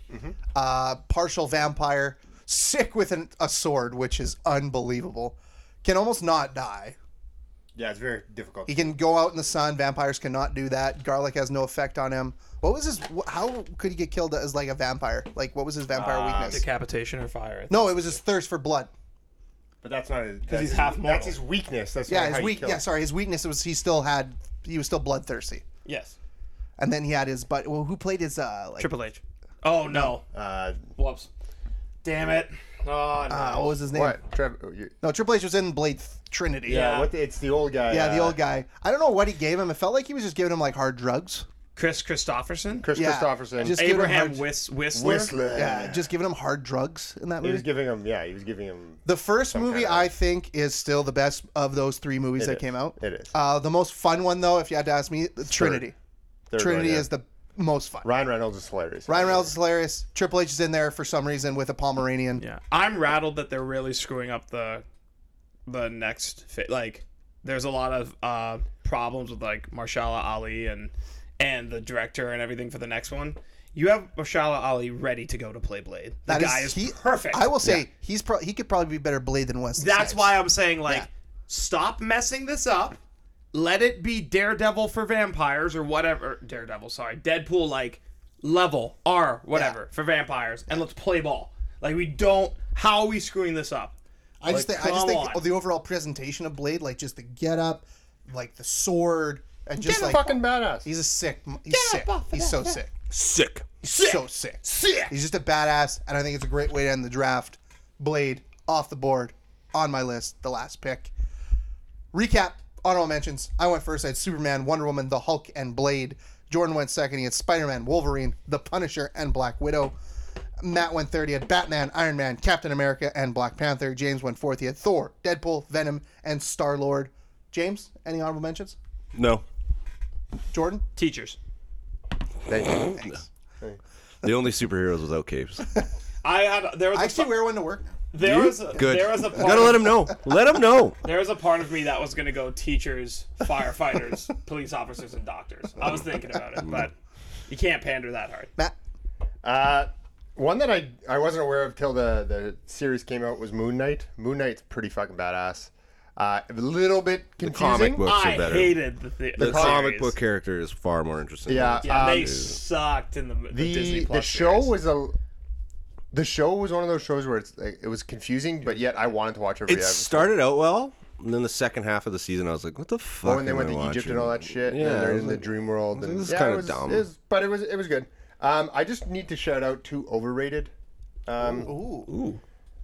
S2: uh, partial vampire, sick with an, a sword, which is unbelievable. Can almost not die.
S5: Yeah, it's very difficult.
S2: He can go out in the sun. Vampires cannot do that. Garlic has no effect on him. What was his? wh- How could he get killed as like a vampire? Like what was his vampire weakness?
S6: Decapitation or fire?
S2: No, it was his thirst for blood.
S5: But that's not because
S6: he's half mortal.
S5: That's his weakness. That's
S2: Yeah,
S5: not
S2: his
S5: how you
S2: weak.
S5: kill
S2: Yeah,
S5: him.
S2: sorry, his weakness was he still had. He was still bloodthirsty.
S6: Yes.
S2: And then he had his but well, who played his uh like
S6: Triple H. Oh no.
S5: Uh,
S6: Whoops. Damn it. Oh no.
S2: uh, what was his name?
S5: what? Trevor? you-
S2: No, Triple H was in Blade Th- Trinity.
S5: Yeah,
S6: Yeah.
S5: what the, it's the old guy.
S2: Yeah, the
S5: uh,
S2: old guy. I don't know what he gave him. It felt like he was just giving him like hard drugs.
S6: Chris Christopherson.
S5: Chris
S2: Yeah,
S5: Christopherson.
S2: just- giving
S6: Abraham
S2: hard-
S6: Whis- Whistler.
S5: Whistler.
S2: Yeah, just giving him hard drugs in that
S5: He was
S2: movie.
S5: giving him. Yeah, he was giving him.
S2: The first movie
S5: kind of-
S2: I think is still the best of those three movies that
S5: is.
S2: came out.
S5: It is.
S2: Uh, the most fun one though, if you had to ask me, Trinity.
S5: third
S2: Trinity
S5: one, yeah.
S2: is the most fun.
S5: Ryan Reynolds is hilarious.
S2: Ryan Reynolds is hilarious. Triple H is in there for some reason with a Pomeranian.
S6: Yeah. I'm rattled that they're really screwing up the the next fit. Like, there's a lot of uh, problems with like Marshala Ali and and the director and everything for the next one. You have Marshala Ali ready to go to play Blade. The
S2: That is
S6: guy is,
S2: he-
S6: perfect.
S2: I will say he's pro- he could probably be better Blade than Wesley.
S6: That's
S2: Snipes.
S6: why I'm saying like,
S2: Yeah.
S6: stop messing this up. Let it be Daredevil for vampires or whatever. Daredevil, sorry, Deadpool like level R whatever for vampires, and let's play ball. Like we don't. How are we screwing this up?
S2: I just
S6: Like,
S2: think, I just
S6: come
S2: think
S6: on.
S2: oh, the overall presentation of Blade, like just the get up, like the sword, and just
S5: He's a
S2: like
S5: fucking badass.
S2: he's a sick, he's sick, he's so sick,
S4: Sick.
S2: so sick, sick. He's just a badass, and I think it's a great way to end the draft. Blade off the board, on my list, the last pick. Recap, honorable mentions. I went first. I had Superman, Wonder Woman, The Hulk, and Blade. Jordan went second. He had Spider Man, Wolverine, The Punisher, and Black Widow. Matt went third. He had Batman, Iron Man, Captain America, and Black Panther. James went fourth. He had Thor, Deadpool, Venom, and Star Lord. James, any honorable mentions?
S4: No.
S2: Jordan?
S6: Teachers.
S4: The only superheroes without
S6: *laughs*
S4: capes.
S6: I had there was
S2: I
S6: a,
S2: actually wear one to work.
S6: there was a,
S4: Good.
S6: there was a part
S4: Gotta let him know. Let him know.
S6: there was a part of me that was gonna go teachers,
S1: *laughs*
S6: firefighters, police officers, and doctors. I was thinking about it, but you can't pander that hard.
S2: Matt?
S5: Uh, one that I I wasn't aware of till the the series came out was Moon Knight. Moon Knight's pretty fucking badass. Uh, a little bit confusing.
S4: comic book. Books are
S6: I
S4: better.
S6: hated the, the,
S4: The comic
S6: series.
S4: book character is far more interesting.
S5: Yeah,
S6: Yeah,
S5: um,
S6: they sucked in the, the,
S5: the
S6: Disney
S5: the,
S6: Plus
S5: show
S6: series.
S5: was a The show was one of those shows where it's like it was confusing, but yet I wanted to watch every
S4: It
S5: episode.
S4: started out well, and then the second half of the season, I was like, "What the fuck?"
S5: Oh, and they
S4: am
S5: went
S4: I
S5: to Egypt
S4: watching?
S5: and all that shit. Yeah,
S4: Yeah,
S5: and they're
S4: I
S5: in
S4: was
S5: the
S4: like-
S5: dream world.
S4: was
S5: And,
S4: like, this is
S5: yeah, it
S4: kinda
S5: was-
S4: dumb.
S5: it was- but it was it was good. Um, I just need to shout out two overrated. Um,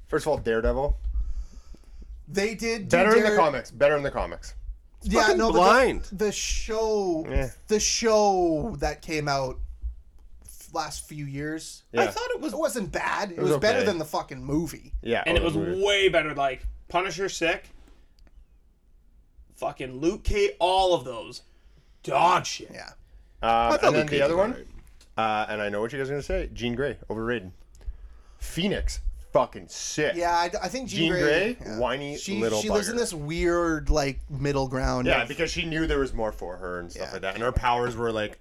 S5: First of all, Daredevil.
S2: They did do
S5: Better in the
S2: Dare-
S5: comics. Better in the comics.
S2: Yeah,
S4: fucking
S2: no, but the-
S4: blind.
S2: The, show,
S5: Yeah.
S2: the show that came out f- last few years, I
S5: Yeah.
S2: thought it was it wasn't bad. It, was,
S5: okay.
S2: better than the fucking movie.
S5: Yeah,
S1: and it was
S5: weird.
S1: way better. Like Punisher, sick. Fucking Luke Cage, all of those, dog shit.
S2: Yeah,
S5: Um,
S4: thought
S5: and then
S4: Luke Cage
S5: the other
S4: was
S5: one, uh, and I know what you guys are gonna say. Jean Grey, overrated. Phoenix, fucking sick.
S2: yeah. I, I think Jean,
S5: Jean
S2: Grey,
S5: Grey,
S2: yeah.
S5: whiny
S2: she
S5: little
S2: she lives
S5: bugger.
S2: in this weird like middle ground.
S5: Yeah,
S2: of-
S5: because she knew there was more for her and stuff
S2: Yeah.
S5: like that, and her powers were like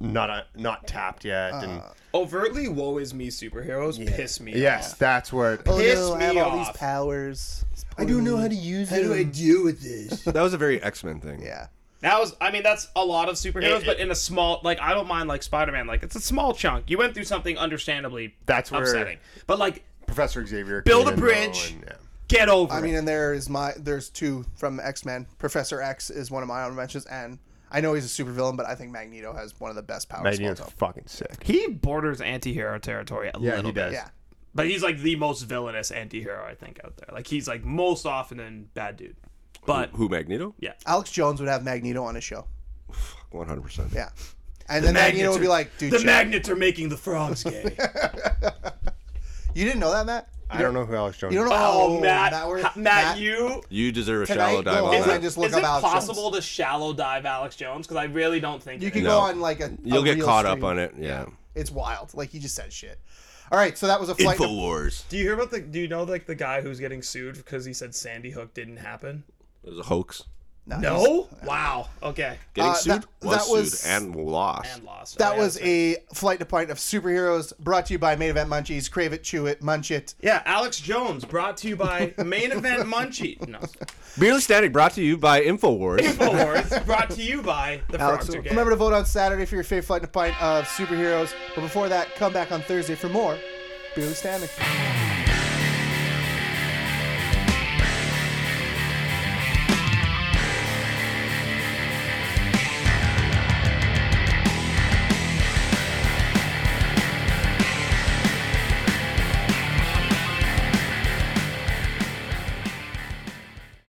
S5: not uh, not tapped yet. And
S1: Uh, Overtly, woe is me. Superheroes piss me. off.
S5: yes, that's where.
S2: oh,
S1: pissed
S2: no, I have
S1: me
S2: all these
S1: off.
S2: powers.
S5: I don't know how to use it.
S2: deal with this? *laughs*
S4: That was a very X Men thing.
S2: yeah,
S1: That was, I mean, that's a lot of superheroes,
S5: It-
S1: but
S5: it-
S1: in a small, like, I don't mind, like, Spider Man. Like, it's a small chunk. You went through something understandably
S5: That's where-
S1: upsetting. But, like,
S5: Professor Xavier.
S1: Build
S5: came
S1: a
S5: in, though,
S1: bridge.
S5: and, yeah.
S1: get over
S2: I mean,
S1: it.
S2: and there is my there's two from X Men. Professor X is one of my own mentions, and I know he's a supervillain, but I think Magneto has one of the best powers. of all
S5: Magneto's
S2: time.
S5: fucking sick.
S1: He borders anti hero territory a little bit.
S2: Yeah.
S1: But he's, like, the most villainous anti hero, I think, out there. Like, he's, like, most often in bad dude. But
S4: Who Magneto?
S1: Yeah.
S2: Alex Jones would have Magneto on his show.
S4: One hundred percent.
S2: Yeah. And then Magneto would be like, dude,
S1: the
S2: chill.
S1: magnets are making the frogs
S2: *laughs*
S1: gay.
S2: you didn't know that, Matt?
S5: I don't know who Alex Jones.
S2: You don't know
S1: oh, Matt,
S2: Matt, we're-
S1: ha- Matt, you.
S4: You deserve a
S2: Tonight,
S4: shallow dive
S2: no,
S4: on
S2: is
S1: Is
S2: I
S4: that.
S1: it,
S2: just look
S1: is
S2: up
S1: it
S2: Alex
S1: possible to shallow dive Alex Jones? Because I really don't think
S2: You
S1: it
S2: can
S1: is.
S2: go
S4: No.
S2: on like a. a
S4: You'll get
S2: real
S4: caught
S2: stream.
S4: up on it. Yeah.
S2: It's wild. Like he just said shit. All right, so that was a flight. to-
S4: Infowars.
S1: Do you hear about the? Do you know like the guy who's getting sued because he said Sandy Hook didn't happen?
S4: It was a hoax.
S1: No. Oh, Wow. Okay.
S4: Getting
S2: Uh,
S4: sued
S2: that-
S4: was
S2: that was-
S4: sued and lost.
S1: And lost.
S2: That
S1: Oh, yeah,
S2: was
S1: sorry.
S2: a flight to point of superheroes brought to you by Main Event Munchies. Crave it, chew it, munch it.
S1: Yeah, Alex Jones brought to you
S2: *laughs*
S1: by Main Event Munchie. No.
S4: Merely Standing brought to you by Infowars.
S1: Awards brought to you by the
S2: Alex,
S1: Frogs Are Gay.
S2: remember to vote on Saturday for your favorite flight to pint of superheroes. But before that, come back on Thursday for more. Barely standing.
S7: Thank